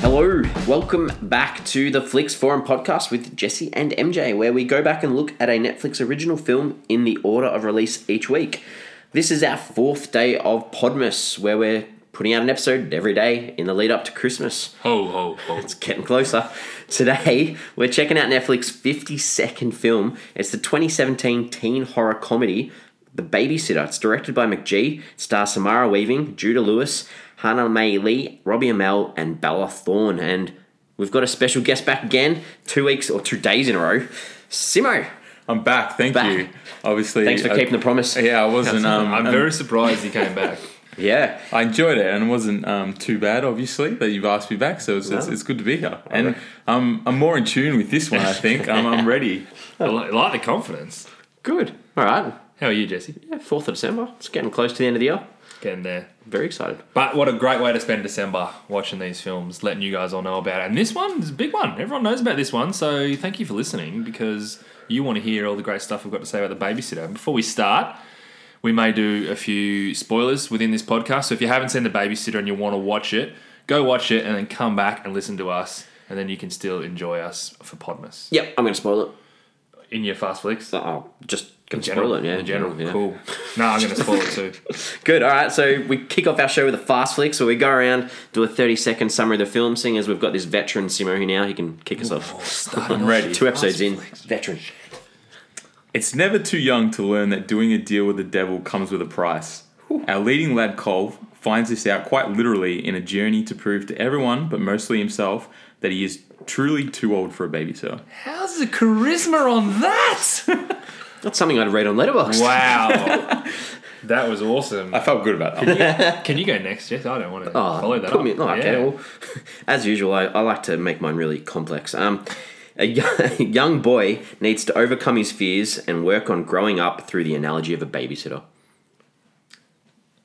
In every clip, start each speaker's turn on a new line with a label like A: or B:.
A: Hello, welcome back to the Flix Forum podcast with Jesse and MJ, where we go back and look at a Netflix original film in the order of release each week. This is our fourth day of Podmas, where we're putting out an episode every day in the lead up to Christmas.
B: Ho, ho, ho.
A: It's getting closer. Today, we're checking out Netflix's 52nd film. It's the 2017 teen horror comedy, The Babysitter. It's directed by McGee, It stars Samara Weaving, Judah Lewis, Hannah May Lee, Robbie Amell, and Bella Thorne. And we've got a special guest back again, two weeks or two days in a row. Simo,
C: I'm back. Thank
A: Back.
C: you. Obviously,
A: thanks for
C: I-
A: keeping the promise.
C: Yeah, I wasn't. Um,
B: I'm
C: um,
B: very surprised he came back.
A: Yeah.
C: I enjoyed it, and it wasn't um, too bad. Obviously, that you've asked me back, so it's, it's,
A: No.
C: it's good to be here. And um, I'm more in tune with this one. I think um, I'm ready.
B: I li- I like the confidence.
A: Good. All right.
B: How are you, Jesse?
A: Yeah, 4th of December. It's getting close to the end of the year.
B: Getting there.
A: Very excited.
B: But what a great way to spend December watching these films, letting you guys all know about it. And this one is a big one. Everyone knows about this one, so thank you for listening because you want to hear all the great stuff we've got to say about the babysitter. And before we start, we may do a few spoilers within this podcast. So if you haven't seen the babysitter and you want to watch it, go watch it and then come back and listen to us, and then you can still enjoy us for Podmas.
A: Yep, I'm going to spoil it.
B: In your fast flicks.
A: Oh, just going to
B: General,
A: spoil it. Yeah,
B: in general,
A: yeah.
B: cool. No, I'm gonna spoil it too.
A: Good. All right. So we kick off our show with a fast flick. So we go around, do a 30 second summary of the film, seeing as we've got this veteran Simo here now. He can kick us off.
C: I'm ready.
A: Two episodes in. Veteran.
C: It's never too young to learn that doing a deal with the devil comes with a price. Our leading lad Colv finds this out quite literally in a journey to prove to everyone, but mostly himself, that he is truly too old for a babysitter.
B: How's the charisma on that?
A: That's something I'd read on Letterboxd.
B: Wow, that was awesome.
C: I felt good about that.
B: Uh, Can you go next, Jess? I don't want to
A: Oh,
B: follow that
A: put
B: up.
A: me- oh, okay.
B: Yeah.
A: Well, as usual, I, I like to make mine really complex. Um, a young, young boy needs to overcome his fears and work on growing up through the analogy of a babysitter.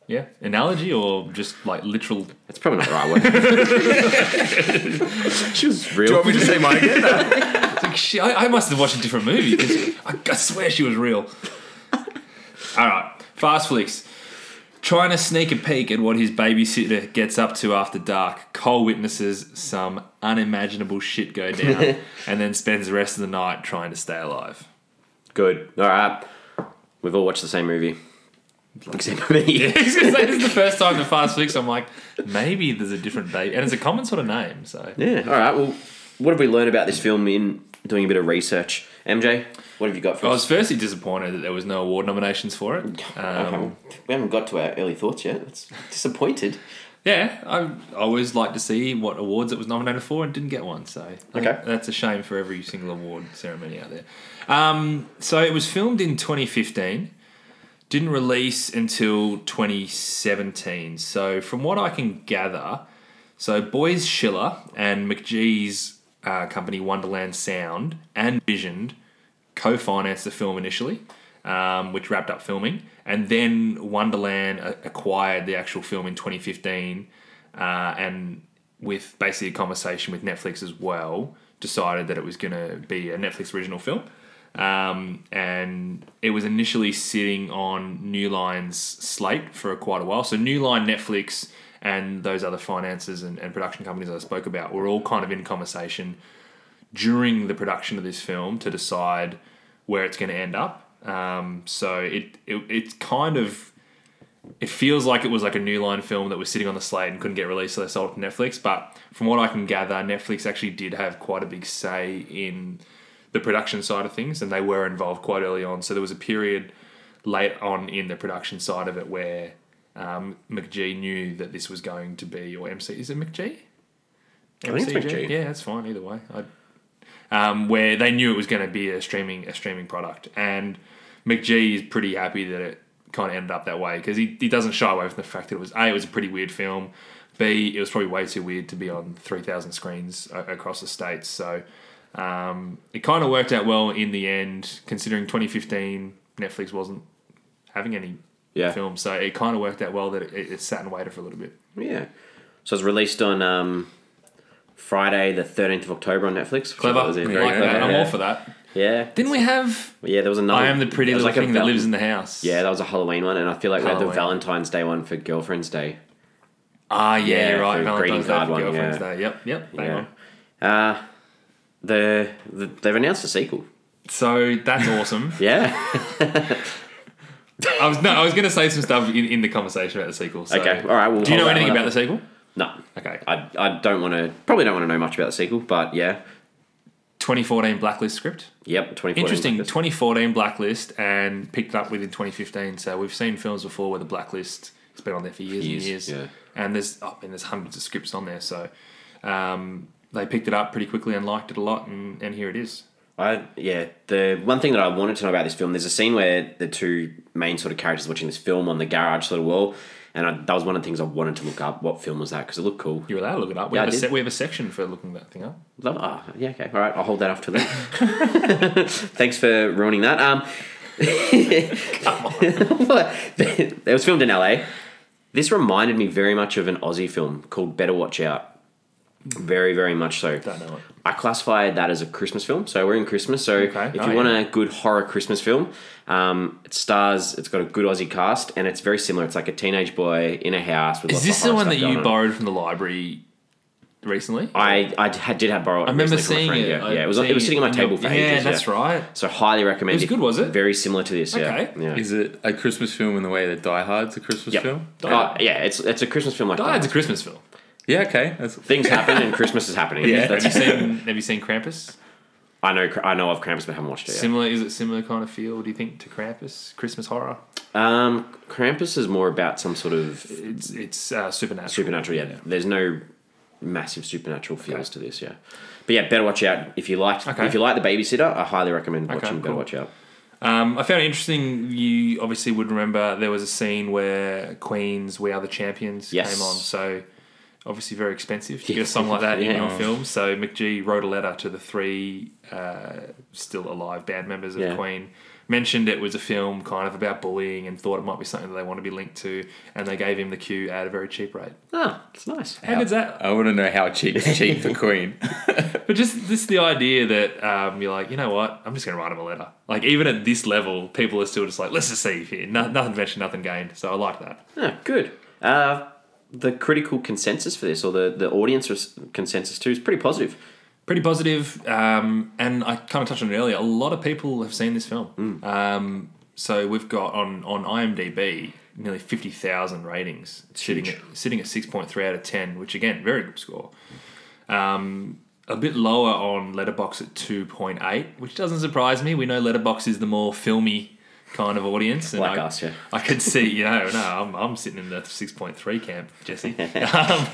B: yeah, analogy or just like literal?
A: That's probably not the right word. she was real.
C: Do you want me to say mine again?
B: It's like, shit, I, I must have watched a different movie because I, I swear she was real. All right, fast flicks. Trying to sneak a peek at what his babysitter gets up to after dark, Cole witnesses some unimaginable shit go down and then spends the rest of the night trying to stay alive.
A: Good. All right. We've all watched the same movie. Except for me.
B: He's gonna say this is the first time in Fast Flicks I'm like, maybe there's a different baby. And it's a common sort of name, so.
A: Yeah. All right. Well, what have we learned about this film in doing a bit of research? MJ, what have you got for
B: I
A: us?
B: was firstly disappointed that there was no award nominations for it. Um,
A: we haven't got to our early thoughts yet. It's disappointed.
B: yeah, I I always like to see what awards it was nominated for and didn't get one. So I think
A: Okay.
B: that's a shame for every single award ceremony out there. Um, so it was filmed in 2015, didn't release until 2017. So from what I can gather, so Boys Schiller and McGee's uh, company Wonderland Sound and Visioned co-financed the film initially, um, which wrapped up filming, and then Wonderland a- acquired the actual film in 2015, uh, and with basically a conversation with Netflix as well, decided that it was going to be a Netflix original film. Um, and it was initially sitting on New Line's slate for quite a while. So New Line, Netflix, and those other finances and, and production companies I spoke about were all kind of in conversation during the production of this film to decide where it's going to end up. Um, so it, it it's kind of it feels like it was like a new line film that was sitting on the slate and couldn't get released, so they sold it to Netflix. But from what I can gather, Netflix actually did have quite a big say in the production side of things, and they were involved quite early on. So there was a period late on in the production side of it where um, McGee knew that this was going to be or MC. Is it McGee?
A: I think it's
B: MCG?
A: McGee.
B: Yeah, that's fine either way. I um, where they knew it was going to be a streaming a streaming product. And McGee is pretty happy that it kind of ended up that way because he, he doesn't shy away from the fact that it was a it was a pretty weird film. B it was probably way too weird to be on three thousand screens a- across the states. So um, it kind of worked out well in the end, considering twenty fifteen Netflix wasn't having any
A: Yeah.
B: films, so it kind of worked out well that it, it sat and waited for a little bit.
A: Yeah. So it's released on um, Friday, the 13th of October on Netflix. which I
B: Clever,
A: thought was a
B: I
A: very
B: like
A: clever-
B: that. I'm
A: yeah.
B: all for that.
A: Yeah.
B: Didn't we have?
A: Yeah, there was another.
B: I am the pretty
A: there was
B: little
A: a
B: thing that
A: val-
B: lives in the house.
A: Yeah, that was a Halloween one, and I feel like we had the
B: Halloween.
A: Valentine's Day one for Girlfriend's Day.
B: Ah, yeah,
A: Yeah,
B: you're right.
A: for
B: Valentine's
A: greeting
B: Day,
A: card
B: for
A: one,
B: Girlfriend's
A: yeah.
B: Day. Yep, yep. Bang
A: Yeah.
B: on.
A: Uh, the, the they've announced a sequel.
B: So that's awesome.
A: Yeah.
B: I was no, I was going to say some stuff in, in the conversation about the sequel. so-
A: Okay, all right, we'll
B: Do you
A: hold
B: know
A: that
B: anything
A: one
B: about
A: up.
B: the sequel?
A: no,
B: Okay.
A: I I don't want to probably don't want to know much about the sequel, but yeah.
B: 2014 Blacklist script.
A: Yep. 2014
B: Interesting.
A: Blacklist.
B: 2014 Blacklist and picked up within 2015. So we've seen films before where the Blacklist has been on there for years,
A: Years,
B: and years.
A: yeah.
B: And there's oh, and there's hundreds of scripts on there. So um, they picked it up pretty quickly and liked it a lot. And, and here it is.
A: I yeah. The one thing that I wanted to know about this film, there's a scene where the two main sort of characters watching this film on the garage sort of wall, and I, that was one of the things I wanted to look up. What film was that? Because it looked cool.
B: You were allowed to look it up. We,
A: Yeah, I
B: have, a
A: did.
B: se- we have a section for looking that thing up.
A: Love. Ah, yeah. Okay. All right. I'll hold that off to then. Thanks for ruining that. Um, what? it was filmed in LA. This reminded me very much of an Aussie film called Better Watch Out. Very, very much so.
B: Don't know it.
A: I classify that as a Christmas film. So we're in Christmas. So
B: Okay.
A: if
B: Oh,
A: you
B: yeah.
A: want a good horror Christmas film, um, it stars. It's got a good Aussie cast, and it's very similar. It's like a teenage boy in a house. With
B: Is
A: lots
B: this
A: of
B: the
A: horror
B: one that
A: stuff going
B: you
A: on.
B: borrowed from the library recently?
A: I I had- did have borrowed.
B: I remember
A: recently
B: seeing
A: from a
B: it.
A: friend, Yeah,
B: I
A: yeah. It was on- it was sitting on my
B: seen it.
A: table for
B: yeah,
A: ages.
B: that's right.
A: So highly recommended.
B: It was good, was it?
A: Very similar to this. Yeah.
B: Okay.
A: Yeah.
C: Is it a Christmas film in the way that Die Hard's a Christmas
A: Yep.
C: film?
B: Die
A: Oh,
B: Hard.
A: yeah, it's it's a Christmas film like
B: Die Hard's a
A: that.
B: Christmas film.
C: Yeah, okay. That's,
A: Things happen and Christmas is happening.
C: Yeah.
A: That's-
B: Have you seen Have you seen Krampus?
A: I know I know of Krampus but haven't watched it yet.
B: Similar is it similar kind of feel? Do you think to Krampus Christmas horror?
A: Um, Krampus is more about some sort of
B: It's it's uh, supernatural.
A: supernatural. Yeah, there's no massive supernatural feels to this. Yeah, but yeah, better watch out if you like.
B: Okay.
A: If you like the babysitter, I highly recommend
B: Okay,
A: watching. Better
B: cool.
A: watch out.
B: Um, I found it interesting. You obviously would remember there was a scene where Queen's "We Are the Champions"
A: Yes.
B: came on. So obviously very expensive to get a song like that in
A: Yeah.
B: on film. So McGee wrote a letter to the three uh, still alive band members of
A: Yeah.
B: Queen. Mentioned it was a film kind of about bullying and thought it might be something that they want to be linked to, and they gave him the cue at a very cheap rate.
A: Ah, it's nice.
B: How good's that?
C: I want to know how cheap is cheap for Queen.
B: But just this the idea that um, you're like, you know what? I'm just going to write him a letter. Like even at this level, people are still just like, let's deceive here. No, nothing ventured, nothing gained. So I like that.
A: Ah, good. Uh, the critical consensus for this, or the the audience res- consensus too, is pretty positive.
B: Pretty positive. Um, and I kind of touched on it earlier. A lot of people have seen this film.
A: Hmm.
B: Um, so we've got on on IMDb nearly fifty thousand ratings, sitting at,
A: huge.
B: sitting at six point three out of ten, which again, very good score. Um, a bit lower on Letterbox at two point eight, which doesn't surprise me. We know Letterbox is the more filmy kind of audience, and
A: Like
B: I,
A: us, yeah.
B: I could see, you know, no, I'm, I'm sitting in the six point three camp, Jesse. Um,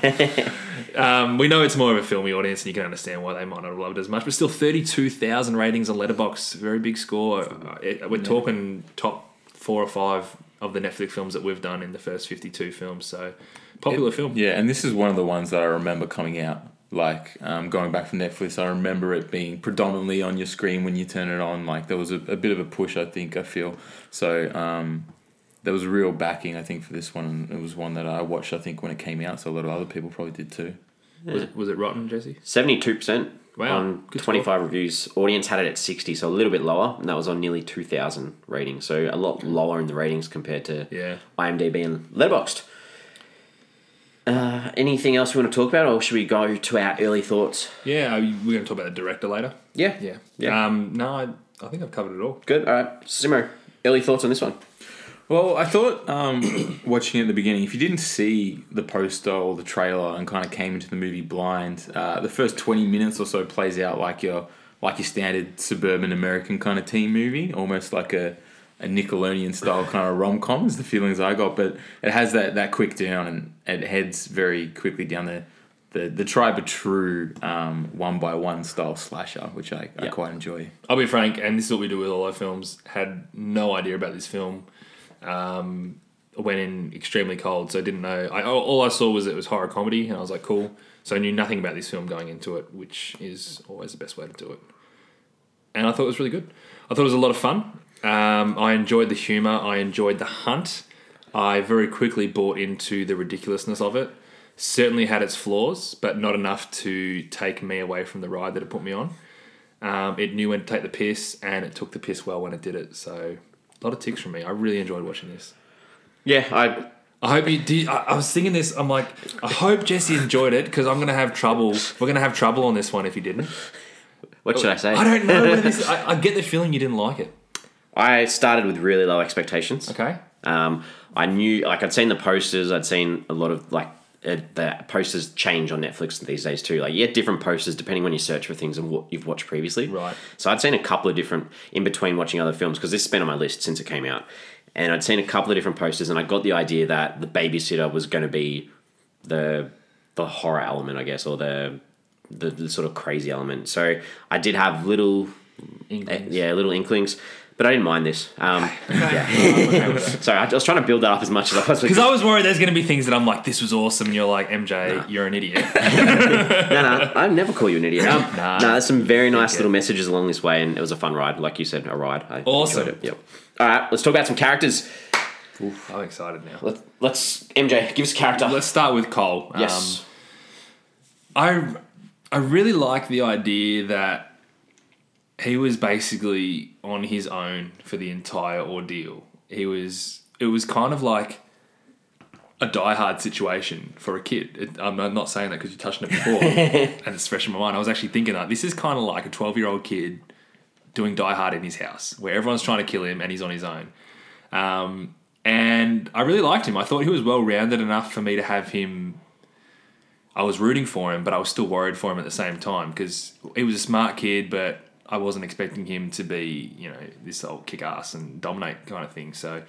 B: um, we know it's more of a filmy audience, and you can understand why they might not have loved it as much. But still, thirty-two thousand ratings on Letterbox, very big score. Uh, it- We're talking top four or five of the Netflix films that we've done in the first fifty-two films. So, popular film.
C: Yeah, and this is one of the ones that I remember coming out. Like um, going back from Netflix, I remember it being predominantly on your screen when you turn it on. Like there was a, a bit of a push, I think I feel. So um, there was real backing, I think, for this one. And it was one that I watched, I think, when it came out. So a lot of other people probably did too.
B: Was, was it rotten, Jesse?
A: Seventy two percent
B: Wow,
A: on
B: good
A: twenty five reviews. Audience had it at sixty, so a little bit lower, and that was on nearly two thousand ratings. So a lot lower in the ratings compared to
B: Yeah.
A: IMDb and Letterboxd. Uh, anything else we want to talk about, or should we go to our early thoughts?
B: Yeah, are you- we're going to talk about the director later.
A: Yeah,
B: Yeah.
A: yeah.
B: Um, no, I, I think I've covered it all.
A: Good. All right, Simo. Early thoughts on this one?
C: Well, I thought um, watching it at the beginning, if you didn't see the poster or the trailer and kind of came into the movie blind, uh, the first twenty minutes or so plays out like your like your standard suburban American kind of teen movie, almost like a a Nickelodeon style kind of rom com is the feelings I got. But it has that that quick down and it heads very quickly down the the, the tribe of true um, one by one style slasher, which I, I
A: Yeah.
C: quite enjoy.
B: I'll be frank, and this is what we do with all our films. Had no idea about this film. Um, went in extremely cold, so I didn't know. I, all- all I saw was it was horror comedy, and I was like, cool. So I knew nothing about this film going into it, which is always the best way to do it. And I thought it was really good. I thought it was a lot of fun. Um, I enjoyed the humor. I enjoyed the hunt. I very quickly bought into the ridiculousness of it. Certainly had its flaws, but not enough to take me away from the ride that it put me on. Um, it knew when to take the piss, and it took the piss well when it did it. So, a lot of ticks from me. I really enjoyed watching this.
A: Yeah, I
B: I hope you. Do you- I, I was thinking this. I'm like, I hope Jesse enjoyed it because I'm gonna have trouble. We're gonna have trouble on this one if you didn't.
A: What should Oh, I say?
B: I don't know. Whether this, I, I get the feeling you didn't like it.
A: I started with really low expectations.
B: Okay.
A: Um, I knew, like, I'd seen the posters. I'd seen a lot of like uh, the posters change on Netflix these days too. Like, you get different posters depending when you search for things and what you've watched previously.
B: Right.
A: So I'd seen a couple of different in between watching other films because this has been on my list since it came out, and I'd seen a couple of different posters, and I got the idea that the babysitter was going to be the the horror element, I guess, or the, the the sort of crazy element. So I did have little Eh,
B: England.
A: Yeah, little inklings. But I didn't mind this. Um,
B: Because
A: sorry, I was trying to build that up as much as I possibly could.
B: I was worried there's going to be things that I'm like, this was awesome, and you're like, MJ, you're an idiot.
A: No, no, I never call you an idiot. Um,
B: Nah.
A: no, there's some very nice little messages along this way, and it was a fun ride. Like you said, a ride. I enjoyed
B: Awesome.
A: it, Yep. All right, let's talk about some characters.
B: I'm excited now.
A: Let's, let's MJ, give us a character.
B: Let's start with Cole. Um,
A: yes.
B: I I really like the idea that he was basically on his own for the entire ordeal. He was it was kind of like a diehard situation for a kid. It, I'm I'm not saying that because you touched on it before, and it's fresh in my mind. I was actually thinking that this is kind of like a 12 year old kid doing Die Hard in his house, where everyone's trying to kill him and he's on his own. Um, and I really liked him. I thought he was well rounded enough for me to have him I was rooting for him, but I was still worried for him at the same time because he was a smart kid, but I wasn't expecting him to be, you know, this old kick ass and dominate kind of thing. So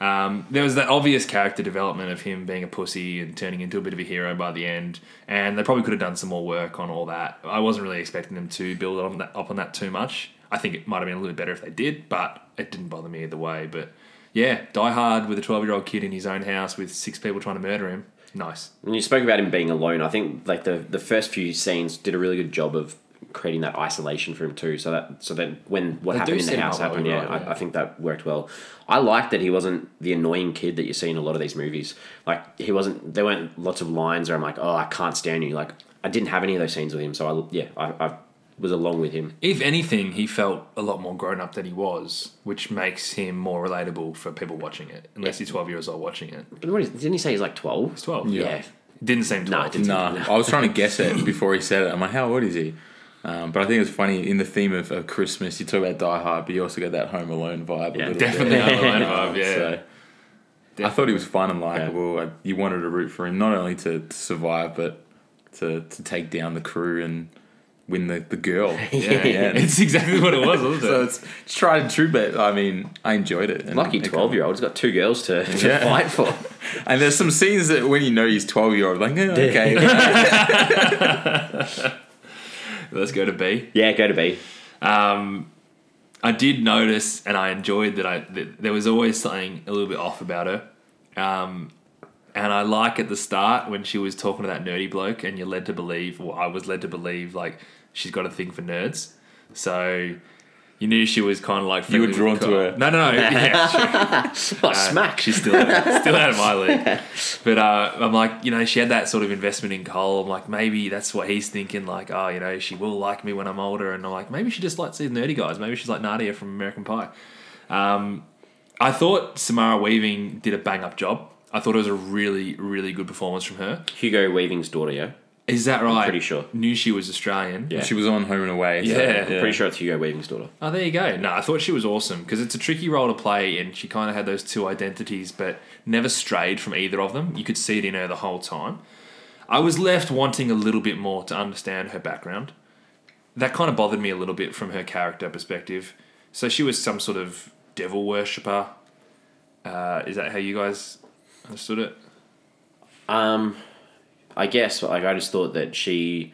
B: um, there was that obvious character development of him being a pussy and turning into a bit of a hero by the end. And they probably could have done some more work on all that. I wasn't really expecting them to build on that, up on that too much. I think it might have been a little better if they did, but it didn't bother me either way. But yeah, Die Hard with a 12 year old kid in his own house with six people trying to murder him. Nice.
A: And you spoke about him being alone. I think like the the first few scenes did a really good job of creating that isolation for him too. So that so that when what
B: They do
A: happened in the
B: set him
A: house
B: up
A: happened,
B: well,
A: yeah,
B: right, yeah.
A: I, I think that worked well. I liked that he wasn't the annoying kid that you see in a lot of these movies. Like he wasn't. There weren't lots of lines where I'm like, oh, I can't stand you. Like I didn't have any of those scenes with him. So I yeah, I, I was along with him.
B: If anything, he felt a lot more grown up than he was, which makes him more relatable for people watching it, unless you're 12 years old watching it.
A: But what is, didn't he say he's like twelve?
B: He's 12.
A: Yeah.
B: Didn't seem 12.
A: No, it didn't.
C: Nah, I was trying to guess it before he said it. I'm like, how old is he? Um, but I think it's funny in the theme of, of Christmas. You talk about Die Hard, but you also got that Home Alone vibe.
A: Yeah,
C: a little
B: Definitely
C: Bit.
B: not the line
C: Um,
B: vibe, yeah.
C: so I thought he was fun and likable. I, you wanted to root for him, not only to, to survive, but to, to take down the crew and win the, the girl.
B: yeah, yeah. it's exactly what it was, wasn't it?
C: so it's, it's tried and true, but I mean, I enjoyed it. And
A: Lucky
C: it-
A: twelve year old. He's got two girls to, to
C: Yeah.
A: fight for.
C: And there's some scenes that when you know he's 12 year old, like, yeah, okay.
B: Let's go to B.
A: Yeah, go to B.
B: Um, I did notice, and I enjoyed that. I that there was always something a little bit off about her, um, and I like at the start when she was talking to that nerdy bloke, and you're led to believe, or I was led to believe, like she's got a thing for nerds. So you knew she was kind of like
C: You were
B: friendly
C: drawn
B: with
C: to
B: Carl.
C: her.
B: No, no, no. Yeah, sure.
A: Oh, smack.
B: Uh, She's still still out of my league. But uh, I'm like, you know, she had that sort of investment in Cole. I'm like, maybe that's what he's thinking. Like, oh, you know, she will like me when I'm older. And I'm like, maybe she just likes these nerdy guys. Maybe she's like Nadia from American Pie. Um, I thought Samara Weaving did a bang up job. I thought it was a really, really good performance from her.
A: Hugo Weaving's daughter. Yeah.
B: Is that right?
A: pretty sure.
B: Knew she was Australian.
A: Yeah.
C: She was on Home and Away. so,
B: Yeah.
A: Pretty sure it's Hugo Weaving's daughter.
B: Oh, there you go. No, I thought she was awesome because it's a tricky role to play, and she kind of had those two identities, but never strayed from either of them. You could see it in her the whole time. I was left wanting a little bit more to understand her background. That kind of bothered me a little bit from her character perspective. So she was some sort of devil worshipper. Uh, is that how you guys understood it?
A: Um, I guess like I just thought that she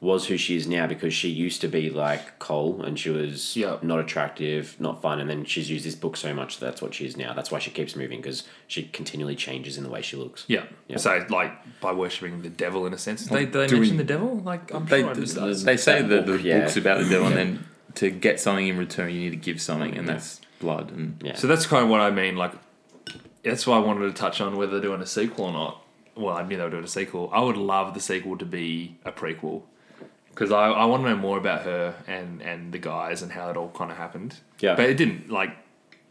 A: was who she is now because she used to be like Cole and she was
B: Yeah.
A: not attractive, not fun, and then she's used this book so much that that's what she is now. That's why she keeps moving because she continually changes in the way she looks.
B: Yeah.
A: Yeah.
B: So, like, by worshipping the devil in a sense. Did they, did they
C: do we-
B: mention the devil? Like, I'm
C: They,
B: sure I missed that.
C: they say that the
A: book, yeah.
C: book's about the devil, and then to get something in return, you need to give something, and that's blood. And
A: Yeah.
B: So that's kind of what I mean. Like, that's why I wanted to touch on whether they're doing a sequel or not. Well, I knew they were doing a sequel. I would love the sequel to be a prequel because I, I want to know more about her and, and the guys and how it all kind of happened.
A: Yeah.
B: But it didn't, like,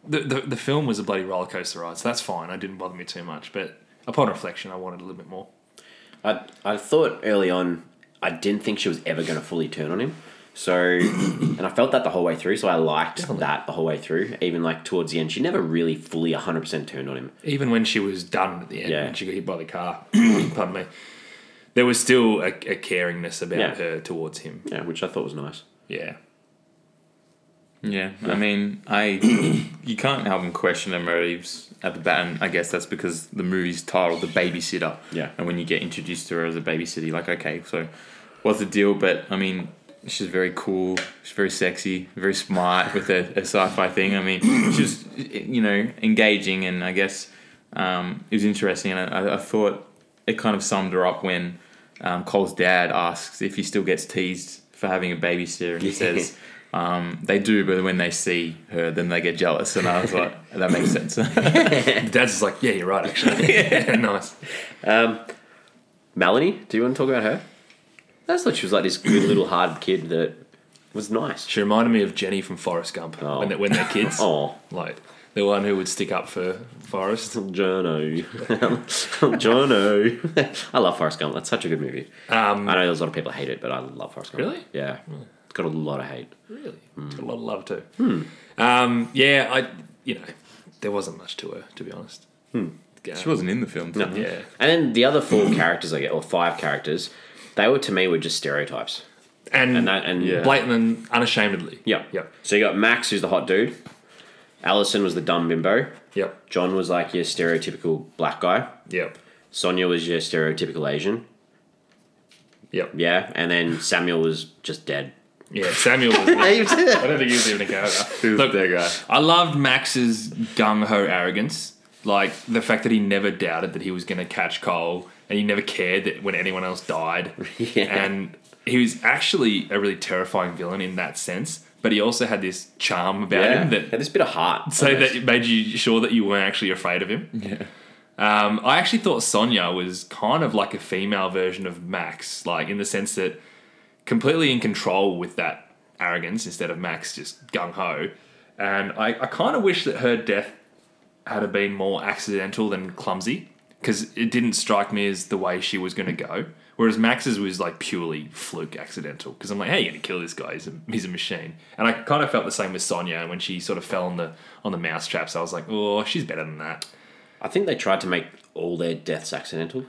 B: the, the the film was a bloody roller coaster ride, so that's fine. I didn't bother me too much, but upon reflection, I wanted a little bit more.
A: I, I thought early on, I didn't think she was ever going to fully turn on him. So, and I felt that the whole way through. So I liked that the whole way through. Even like towards the end, she never really fully 100% turned on him.
B: Even when she was done at the end,
A: Yeah.
B: when she got hit by the car, pardon me, there was still a, a caringness about
A: Yeah.
B: her towards him.
A: Yeah, which I thought was nice.
B: Yeah.
C: Yeah, I mean, I you can't help and question their motives at the bat, and I guess that's because the movie's titled "The Babysitter."
A: Yeah.
C: and when you get introduced to her as a babysitter, you're like, okay, so what's the deal? But I mean, she's very cool, she's very sexy, very smart with a, a sci-fi thing. I mean, she's you know engaging, and I guess um, it was interesting, and I, I thought it kind of summed her up when um, Cole's dad asks if he still gets teased for having a babysitter, and he says. Um, they do, but when they see her, then they get jealous, and I was like, "That makes sense."
B: Dad's just like, yeah, you're right, actually. nice.
A: Melanie, do you want to talk about her? I just thought she was like this good little hard kid that was nice.
B: She reminded me of Jenny from Forrest Gump
A: Oh.
B: when, they, when they're kids.
A: Oh,
B: Like, the one who would stick up for Forrest.
A: Hmm. Jono. Jono. I love Forrest Gump. That's such a good movie.
B: Um,
A: I know there's a lot of people that hate it, but I love Forrest Gump.
B: Really?
A: Yeah. It's got a lot of hate.
B: Really? It's got a lot of love too.
A: Hmm.
B: Um, yeah, I you know, there wasn't much to her, to be honest.
A: Hmm.
B: Um,
C: she wasn't in the film. No.
B: Yeah.
A: And then the other four characters, I get, or five characters, they were to me were just stereotypes.
B: And,
A: And that, and
C: Yeah.
B: blatant and unashamedly.
A: Yep.
B: Yep.
A: So you got Max, who's the hot dude. Allison was the dumb bimbo.
B: Yep.
A: John was like your stereotypical black guy.
B: Yep.
A: Sonia was your stereotypical Asian.
B: Yep.
A: Yeah. And then Samuel was just dead.
B: Yeah. Samuel was. I
A: yeah.
B: don't think he was even a character.
C: Look,
B: Look,
C: there guy.
B: I loved Max's gung ho arrogance. Like the fact that he never doubted that he was going to catch Cole and he never cared that when anyone else died.
A: Yeah.
B: And he was actually a really terrifying villain in that sense, but he also had this charm about him that
A: Had this bit of heart.
B: so that it made you sure that you weren't actually afraid of him.
C: Yeah.
B: Um, I actually thought Sonya was kind of like a female version of Max, like in the sense that completely in control with that arrogance instead of Max just gung ho. And I, I kind of wish that her death had have been more accidental than clumsy because it didn't strike me as the way she was going to go. Whereas Max's was like purely fluke accidental because I'm like, how are you going to kill this guy? He's a, he's a machine. And I kind of felt the same with Sonya and when she sort of fell on the on the mouse traps. I was like, oh, she's better than that.
A: I think they tried to make all their deaths accidental.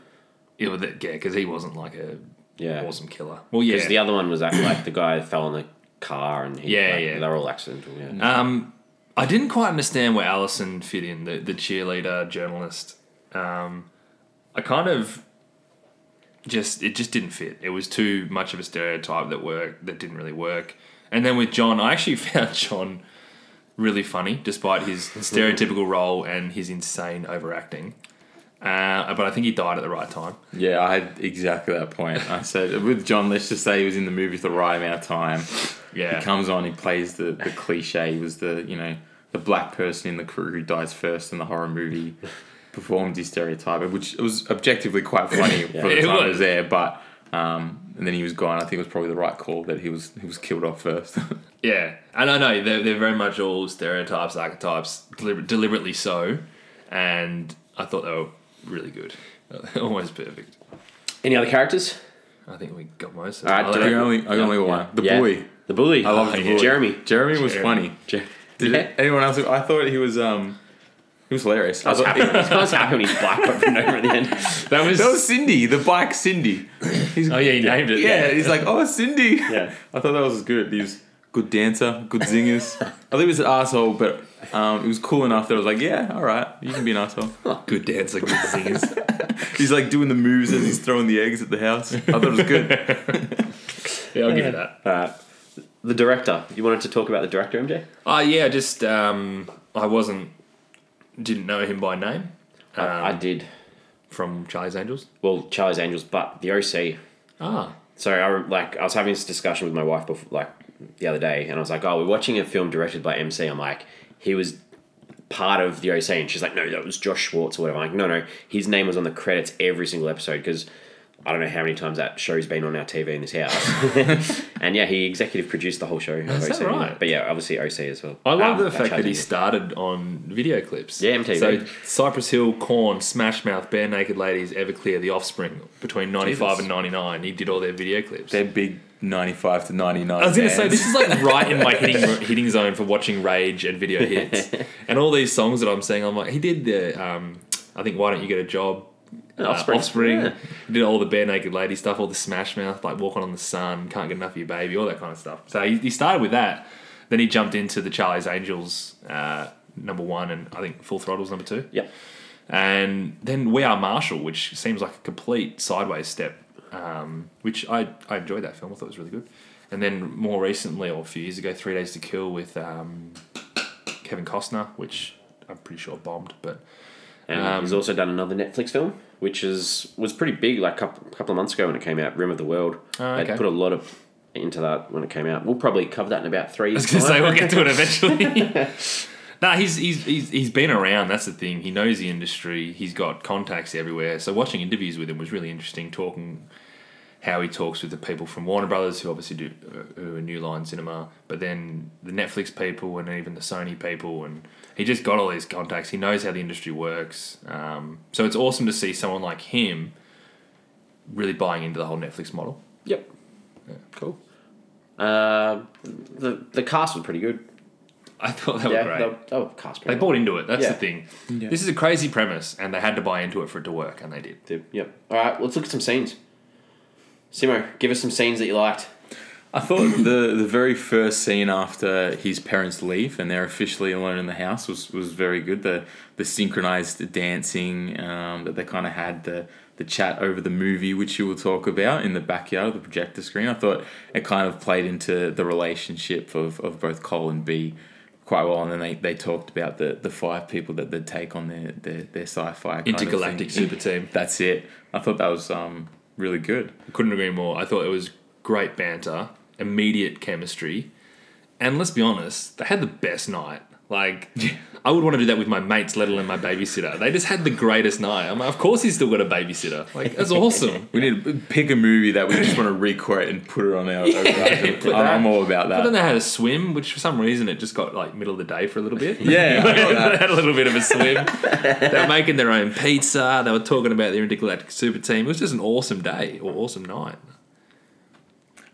B: It was, yeah, because he wasn't like a
A: Yeah.
B: awesome killer. Well, yeah,
A: Because the other one was that, like the guy fell in the car and he,
B: Yeah,
A: like,
B: yeah.
A: they were all accidental. Yeah.
B: Um, I didn't quite understand where Allison fit in, the, the cheerleader journalist. Um, I kind of just it just didn't fit. It was too much of a stereotype that worked that didn't really work. And then with John, I actually found John really funny, despite his stereotypical role and his insane overacting. Uh, but I think he died at the right time.
C: Yeah, I had exactly that point. I said with John, let's just say he was in the movie for the right amount of time.
B: Yeah,
C: He comes on, he plays the, the cliche. He was the you know the black person in the crew who dies first in the horror movie. Performed his stereotype, which was objectively quite funny for the
B: It
C: time it
B: was.
C: was there, but um, and then he was gone. I think it was probably the right call that he was he was killed off first.
B: Yeah, and I know they're, they're very much all stereotypes, archetypes, deliber- deliberately so, and I thought they were really good, almost perfect.
A: Any other characters?
B: I think we got most. Of
A: All right,
B: them.
A: do
C: I
B: I
A: we-
C: only I only got one. The
A: Yeah.
C: boy.
A: The bully.
C: I love the
B: yeah.
C: boy.
A: Jeremy.
C: Jeremy was
B: Jeremy.
C: funny.
A: Jer-
C: Did
A: Yeah.
C: it- anyone else? I thought he was um, he was hilarious. I
A: I was
C: thought,
A: happy. I was happy when he's black over and over at the end.
B: that was.
C: that was Cindy, the bike Cindy. He's,
B: oh yeah, you named it.
C: yeah, he's like, oh Cindy.
A: Yeah.
C: I thought that was good. He was good dancer, good zingers. I think he was an asshole, but um, it was cool enough that I was like, yeah, all right, you can be an asshole.
B: good dancer, good singers.
C: He's like doing the moves as he's throwing the eggs at the house. I thought it was good.
B: yeah, I'll give you that.
A: All right. Uh, The director. You wanted to talk about the director, MJ?
B: Oh yeah, just um, I wasn't, didn't know him by name
A: I-
B: um,
A: I
C: Um,
A: did.
B: from Charlie's Angels.
A: Well, Charlie's Angels, but the OC.
B: Ah,
A: So I re- like I was having this discussion with my wife before, like the other day, and I was like, "Oh, we're watching a film directed by MC." I'm like, "He was part of the OC," and she's like, "No, that was Josh Schwartz or whatever." I'm like, "No, no, his name was on the credits every single episode because." I don't know how many times that show's been on our TV in this house, And yeah, he executive produced the whole show. of
B: Is that
A: OC.
B: right?
A: But yeah, obviously OC as well.
B: I love
A: Um,
B: the fact that he
A: advertising.
B: started on video clips.
A: Yeah, MTV.
B: So Cypress Hill, Corn, Smash Mouth, Bare Naked Ladies, Everclear, The Offspring, between ninety five
A: Jesus.
B: and ninety nine, he did all their video clips.
C: They're big 95 to 99.
B: I was going to say this is like right in my hitting hitting zone for watching rage and video hits, and all these songs that I'm seeing. I'm like, he did the, um, I think why don't you get a job?
A: And
B: uh,
A: Offspring.
B: offspring.
A: Yeah.
B: He did all the bare naked lady stuff, all the smash mouth, like walking on the sun, can't get enough of your baby, all that kind of stuff. So he, he started with that, then he jumped into the Charlie's Angels uh, number one, and I think Full Throttle's number two,
A: Yep.
B: and then We Are Marshall, which seems like a complete sideways step. Um, which I I enjoyed that film. I thought it was really good. And then more recently, or a few years ago, Three Days to Kill with um, Kevin Costner, which I'm pretty sure bombed, but
A: And
B: Um,
A: he's also done another Netflix film, which is was pretty big, like a couple, couple of months ago when it came out, Rim of the World.
B: Oh,
A: They
B: okay.
A: put a lot of into that when it came out. We'll probably cover that in about three years.
B: I was gonna say
A: time.
B: we'll get to it eventually. nah, he's, he's he's he's been around. That's the thing. He knows the industry. He's got contacts everywhere. So watching interviews with him was really interesting. Talking how he talks with the people from Warner Brothers, who obviously do uh, who are New Line Cinema, but then the Netflix people and even the Sony people, and he just got all these contacts. He knows how the industry works. Um, so it's awesome to see someone like him really buying into the whole Netflix model.
A: Yep.
B: Cool.
A: Uh, the the cast was pretty good.
B: I thought that
A: yeah,
B: was great.
A: they were- they were cast
B: They
A: pretty.
B: bought into it. That's
A: Yeah.
B: the thing. This is a crazy premise, and they had to buy into it for it to work, and they did.
A: good. Yep. All right, let's look at some scenes. Simo, give us some scenes that you liked.
C: I thought the, the very first scene after his parents leave and they're officially alone in the house was, was very good. The the synchronized dancing um, that they kind of had, the the chat over the movie, which you will talk about in the backyard of the projector screen. I thought it kind of played into the relationship of, of both Cole and B quite well. And then they, they talked about the, the five people that they'd take on their, their, their sci fi kind of thing.
B: Intergalactic super team.
C: That's it. I thought that was um, really good.
B: I couldn't agree more. I thought it was great banter, immediate chemistry, and let's be honest, they had the best night. Like, I would want to do that with my mates, let alone my babysitter. They just had the greatest night. I'm like, of course he's still got a babysitter. Like, that's awesome.
C: We need to pick a movie that we just want to re-quote and put it on our.
B: put
C: I'm,
B: that.
C: I'm all about
B: But then
C: that.
B: they had a swim, which for some reason it just got like middle of the day for a little bit.
C: Yeah, I
A: Oh,
C: got
B: they
C: that.
B: had a little bit of a swim. they were making their own pizza. They were talking about their intergalactic super team. It was just an awesome day or awesome night.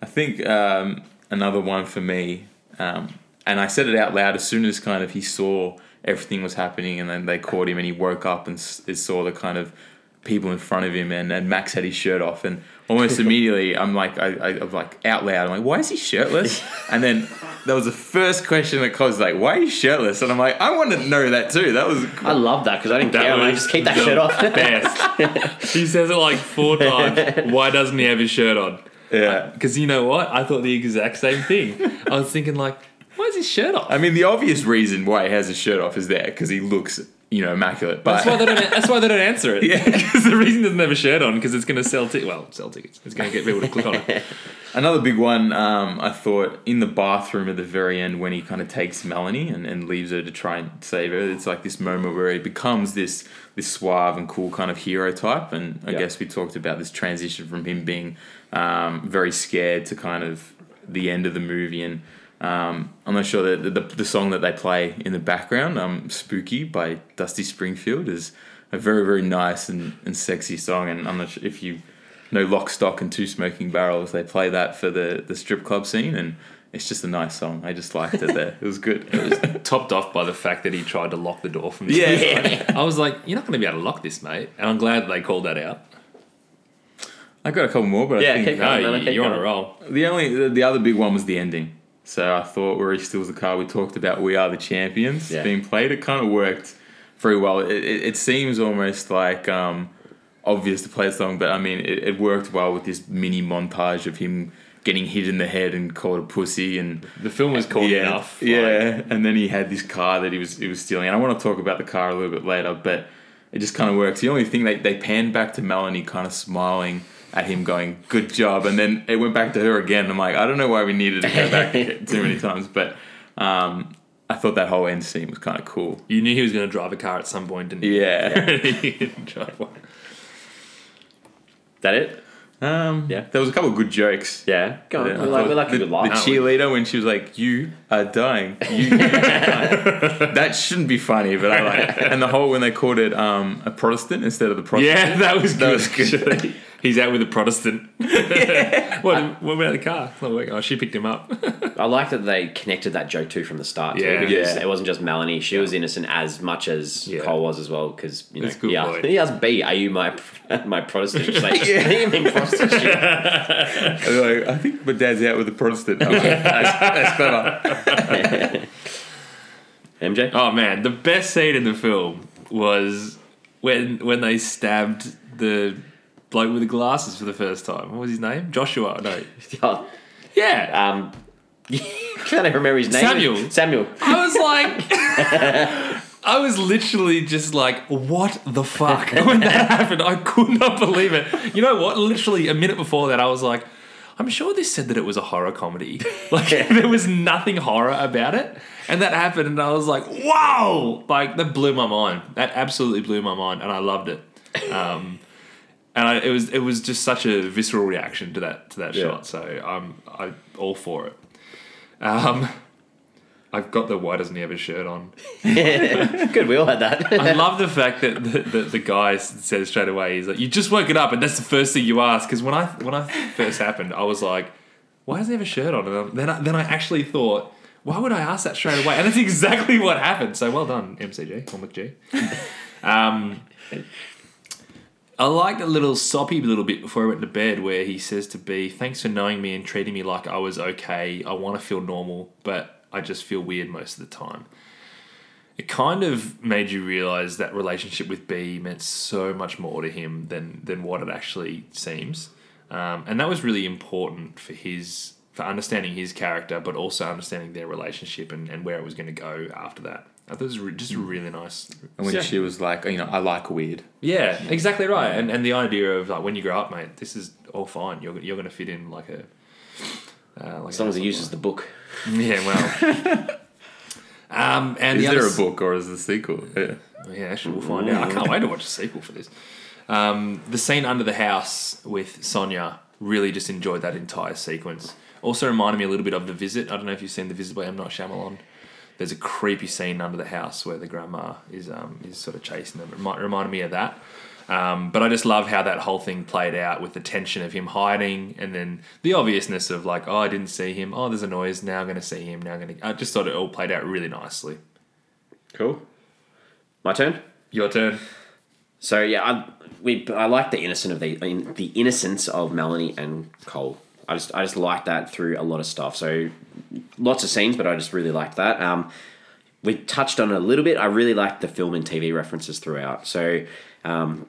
C: I think um, another one for me, um, and I said it out loud as soon as kind of he saw everything was happening, and then they caught him, and he woke up and s- and saw the kind of people in front of him, and, and Max had his shirt off, and almost immediately I'm like, I, I, I'm like out loud, I'm like, why is he shirtless? And then that was the first question that caused like, why are you shirtless? And I'm like, I want to know that too. That was
A: I love that because I didn't
B: That
A: care. I
B: was
A: just keep that
B: the
A: shirt off.
B: Best. he says it like four times. Why doesn't he have his shirt on?
C: yeah.
B: Because you know what? I thought the exact same thing. I was thinking like, why is his shirt off?
C: I mean, the obvious reason why he has his shirt off is there because he looks, you know, immaculate. But
B: That's why they don't. That's why they don't answer it.
C: Yeah.
B: because the reason he doesn't have a shirt on because it's going to sell tickets. Well, sell tickets. It's going to get people to click on it.
C: another big one, um, I thought, in the bathroom at the very end when he kind of takes Melanie and, and leaves her to try and save her. It's like this moment where he becomes this this suave and cool kind of hero type. And I
A: Yeah.
C: guess we talked about this transition from him being um, very scared to kind of the end of the movie and. Um, I'm not sure that the, the, the song that they play in the background, um, "Spooky" by Dusty Springfield, is a very very nice and, and sexy song. And I'm not sure if you know "Lock, Stock, and Two Smoking Barrels." They play that for the, the strip club scene, and it's just a nice song. I just liked it there. It was good. It was,
B: Topped off by the fact that he tried to lock the door from. The
C: yeah.
B: I was like, you're not going to be able to lock this, mate. And I'm glad they called that out.
C: I got a couple more, but
A: Yeah,
C: I think
A: keep going.
B: No,
A: no, no,
B: you-
A: keep
B: you're on
A: going.
B: a roll.
C: The only the, the other big one was the ending. So I thought where he steals the car. We talked about we are the champions
A: Yeah.
C: being played. It kind of worked very well. It, it, it seems almost like um, obvious to play a song, but I mean it, it worked well with this mini montage of him getting hit in the head and called a pussy and
B: The film was called
C: yeah,
B: enough. like-
C: yeah. And then he had this car that he was he was stealing. And I want to talk about the car a little bit later, but it just kind of works. The only thing they they panned back to Melanie, kind of smiling at him, going "Good job," and then it went back to her again. I'm like, I don't know why we needed to go back too many times, but um, I thought that whole end scene was kind of cool.
B: You knew he was going to drive a car at some point, didn't you?
C: Yeah.
B: he didn't drive one.
A: that it?
C: Um,
A: Yeah.
C: There was a couple of good jokes.
A: Yeah, go on.
C: Yeah, I
A: we're, like,
C: thought
A: we're lucky
C: the,
A: we laugh.
C: the
A: aren't we?
C: cheerleader when she was like, "You are dying. You are dying." that shouldn't be funny, but I like. It. And the whole when they called it um, a Protestant instead of the Protestant.
B: Yeah, that was
C: That
B: good.
C: was good.
B: actually. He's out with a Protestant. what, what about the car? It's not working. Oh, she picked him up.
A: I like that they connected that joke too from the start.
B: Yeah.
A: too, because
C: Yeah.
A: it wasn't just Melanie; she was innocent as much as
B: Yeah.
A: Cole was as well. Because you know,
B: That's a good
A: he, asked,
B: point.
A: he asked B, "Are you my my Protestant?" She's like, "What do you mean prostitute?"
C: I was like, I think my dad's out with a Protestant. I'm like, that's, that's clever.
A: MJ,
B: Oh man, the best scene in the film was when when they stabbed the bloke with the glasses for the first time. What was his name? Joshua? No.
A: oh,
B: Yeah.
A: um, trying to remember his name.
B: Samuel.
A: Samuel.
B: I was like I was literally just like, what the fuck? When that happened, I could not believe it. You know what? Literally a minute before that I was like, I'm sure this said that it was a horror comedy. Like there was nothing horror about it. And that happened and I was like, wow! Like that blew my mind. That absolutely blew my mind and I loved it. Um And I, it was it was just such a visceral reaction to that to that
C: Yeah.
B: shot. So I'm I all for it. Um, I've got the why doesn't he have a shirt on.
A: Good, we all had that.
B: I love the fact that the, the, the guy s- says straight away he's like, "You just woke it up," and that's the first thing you ask. Because when I when I first happened, I was like, "Why does he have a shirt on?" And then I, then I actually thought. Why would I ask that straight away? And that's exactly what happened. So well done, MCG or McG. Um, I like the little soppy little bit before I went to bed where he says to B, "Thanks for knowing me and treating me like I was okay. I want to feel normal, but I just feel weird most of the time." It kind of made you realize that relationship with B meant so much more to him than than what it actually seems, um, and that was really important for his for understanding his character, but also understanding their relationship and, and where it was going to go after that. I thought it was re- just a really nice.
C: And when
B: Yeah.
C: she was like, you know, I like weird.
B: Yeah, exactly right. And and the idea of like when you grow up, mate, this is all fine. You're you're gonna fit in like a. Uh, like
A: As long as he uses the book.
B: Yeah, well. um, and
C: Is
B: the
C: there
B: other
C: a book or is the sequel? Yeah.
B: yeah, actually, we'll find out. I can't wait to watch a sequel for this. Um, the scene under the house with Sonia really just enjoyed that entire sequence. Also reminded me a little bit of The Visit. I don't know if you've seen The Visit by M. Night Shyamalan. There's a creepy scene under the house where the grandma is um, is sort of chasing them. It might remind me of that. Um, but I just love how that whole thing played out with the tension of him hiding and then the obviousness of like, oh, I didn't see him. Oh, there's a noise. Now I'm going to see him. Now I'm going to. I just thought it all played out really nicely.
A: Cool. My turn.
B: Your turn.
A: So yeah, I we I like the innocent of the in, the innocence of Melanie and Cole. I just I just like that through a lot of stuff. So lots of scenes, but I just really liked that. Um, we touched on it a little bit. I really liked the film and TV references throughout. So um,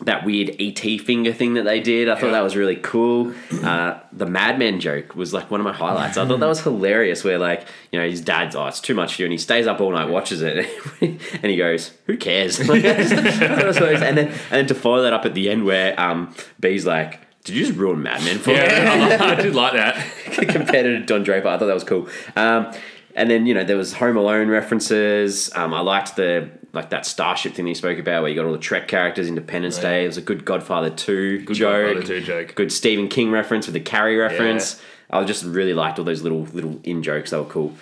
A: that weird ET finger thing that they did, I thought
B: Yeah.
A: that was really cool. Uh, the Madman joke was like one of my highlights. I thought that was hilarious. Where like you know his dad's oh it's too much for you, and he stays up all night watches it, and he goes who cares? Like, I just- I thought it was hilarious. and then and then to follow that up at the end where um B's like. Did you just ruin Madman for me?
B: Yeah, I did like that.
A: compared to Don Draper. I thought that was cool. Um, and then you know there was Home Alone references. Um, I liked the like that Starship thing you spoke about, where you got all the Trek characters, Independence Day. It was a good Godfather two joke,
B: Godfather 2 joke.
A: good Stephen King reference with the Carrie reference. I just really liked all those little little in jokes. They were cool.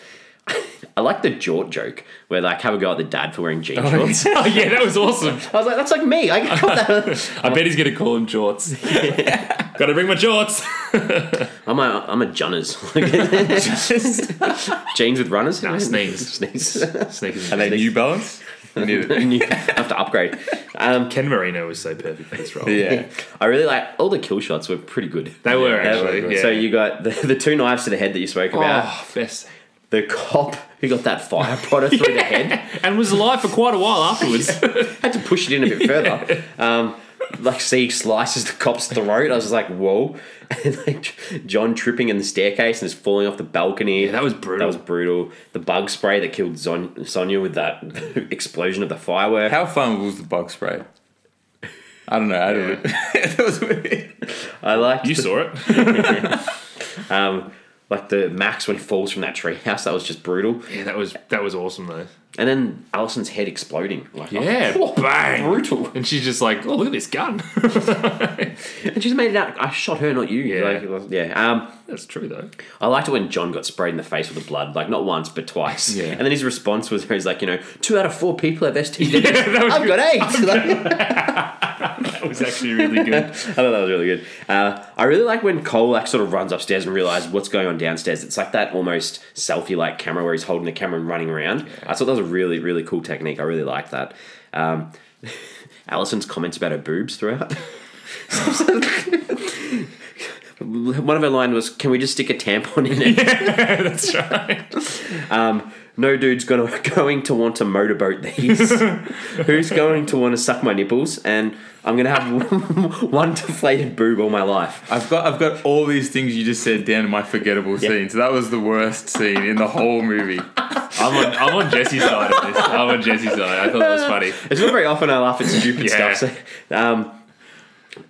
A: I like the jort joke where like have a go at the dad for wearing jean shorts.
B: oh yeah, that was awesome.
A: I was like, that's like me. I can call that.
B: I bet he's gonna call him jorts. Gotta bring my jorts.
A: I'm a I'm a Junners. Jeans with runners.
B: Nah, sneaks.
A: Sneaks.
B: Sneakers.
C: And
B: And
C: they New Balance. You need it.
A: I have to upgrade. Um,
B: Ken Marino was so perfect for this role.
C: Yeah.
A: I really like all the kill shots were pretty good. Um,
B: They were
C: were
B: actually.
C: good.
B: Yeah.
A: So you got the, the two knives to the head that you spoke about,
B: oh, best.
A: the cop who got that fire prodder through the head,
B: And was alive for quite a while afterwards.
A: had to push it in a bit further. Um, like see slices the cop's throat. I was just like, whoa. And like John tripping in the staircase and just falling off the balcony.
B: that was brutal.
A: That was brutal. The bug spray that killed Zon- Sonia with that explosion of the firework.
C: How fun was the bug spray? I don't know. I don't. that was weird.
A: I liked
B: you
A: the-
B: saw it.
A: Um, Like the Max when he falls from that treehouse, that was just brutal.
B: Yeah, that was that was awesome though.
A: And then Alison's head exploding. Like,
B: Yeah,
A: oh,
B: bang.
A: brutal.
B: And she's just like, oh, look at this gun.
A: And she's made it out. I shot her, not you.
B: Yeah.
A: Like, it was- yeah. Um,
B: That's true though.
A: I liked it when John got sprayed in the face with the blood, like not once but twice.
C: Yeah.
A: And then his response was, he's like, you know, two out of four people have STDs.
B: Yeah, that was
A: I've
B: good.
A: got AIDS. Like-
B: That was actually really good.
A: I thought that was really good. Uh, I really like when Cole like sort of runs upstairs and realizes what's going on downstairs. It's like that almost selfie like camera where he's holding the camera and running around. I thought that was a really really cool technique. I really liked that. Um, Allison's comments about her boobs throughout. One of her line was, "Can we just stick a tampon in it?" Um,
B: That's right.
A: No dude's gonna going to want to motorboat these. Who's going to want to suck my nipples? And I'm gonna have one deflated boob all my life.
C: I've got I've got all these things you just said down in my forgettable scene. So that was the worst scene in the whole movie.
B: I'm on, I'm on Jesse's side of this. I'm on Jesse's side. I thought that was funny.
A: It's not very often I laugh at stupid
B: Yeah.
A: stuff. So, um,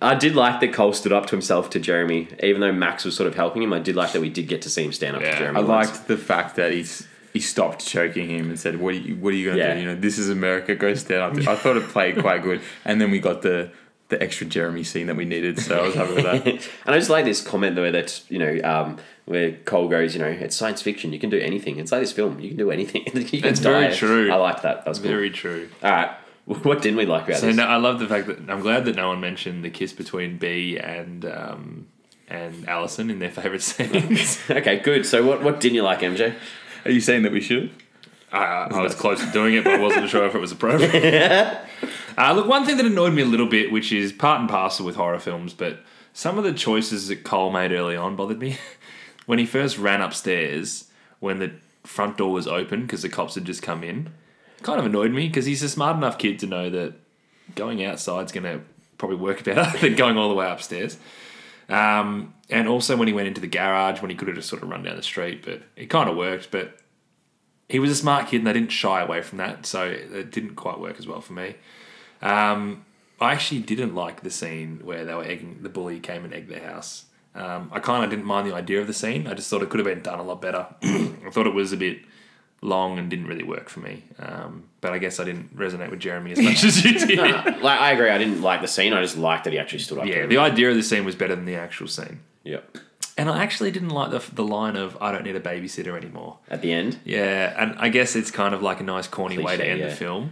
A: I did like that Cole stood up to himself to Jeremy, even though Max was sort of helping him. I did like that we did get to see him stand up
B: Yeah.
A: to Jeremy.
C: I
A: once.
C: liked the fact that he's he stopped choking him and said, "What are you What are you going to
A: Yeah.
C: do? You know, this is America. Go stand up." I thought it played quite good, and then we got the the extra Jeremy scene that we needed. So I was happy with that.
A: and I just like this comment where that's you know um, where Cole goes, you know, it's science fiction. You can do anything. It's like this film. You can do anything. you can
B: It's very true.
A: I liked that. That was cool.
B: Very true.
A: All right. What didn't we like about
B: So
A: this?
B: no, I love the fact that I'm glad that no one mentioned the kiss between B and um, and Allison in their favourite scenes.
A: Okay, good. So what, what didn't you like, MJ?
C: Are you saying that we should?
B: I, I- I was close to doing it, but I wasn't sure if it was appropriate. uh, look, one thing that annoyed me a little bit, which is part and parcel with horror films, but some of the choices that Cole made early on bothered me. when he first ran upstairs, when the front door was open because the cops had just come in, it kind of annoyed me because he's a smart enough kid to know that going outside's going to probably work better than going all the way upstairs. Um, and also when he went into the garage, when he could have just sort of run down the street, but it kind of worked. But he was a smart kid and they didn't shy away from that, so it didn't quite work as well for me. Um, I actually didn't like the scene where they were egging the bully came and egged their house. Um, I kind of didn't mind the idea of the scene. I just thought it could have been done a lot better. I thought it was a bit long and didn't really work for me. Um, but I guess I didn't resonate with Jeremy as much as you did.
A: like, I agree. I didn't like the scene. I just liked that he actually stood up.
B: Yeah,
A: To him.
B: the idea of the scene was better than the actual scene.
A: Yep.
B: And I actually didn't like the, the line of "I don't need a babysitter anymore."
A: At the end.
B: Yeah, and I guess it's kind of like a nice corny way to
A: Cliche,
B: end
A: yeah.
B: the film.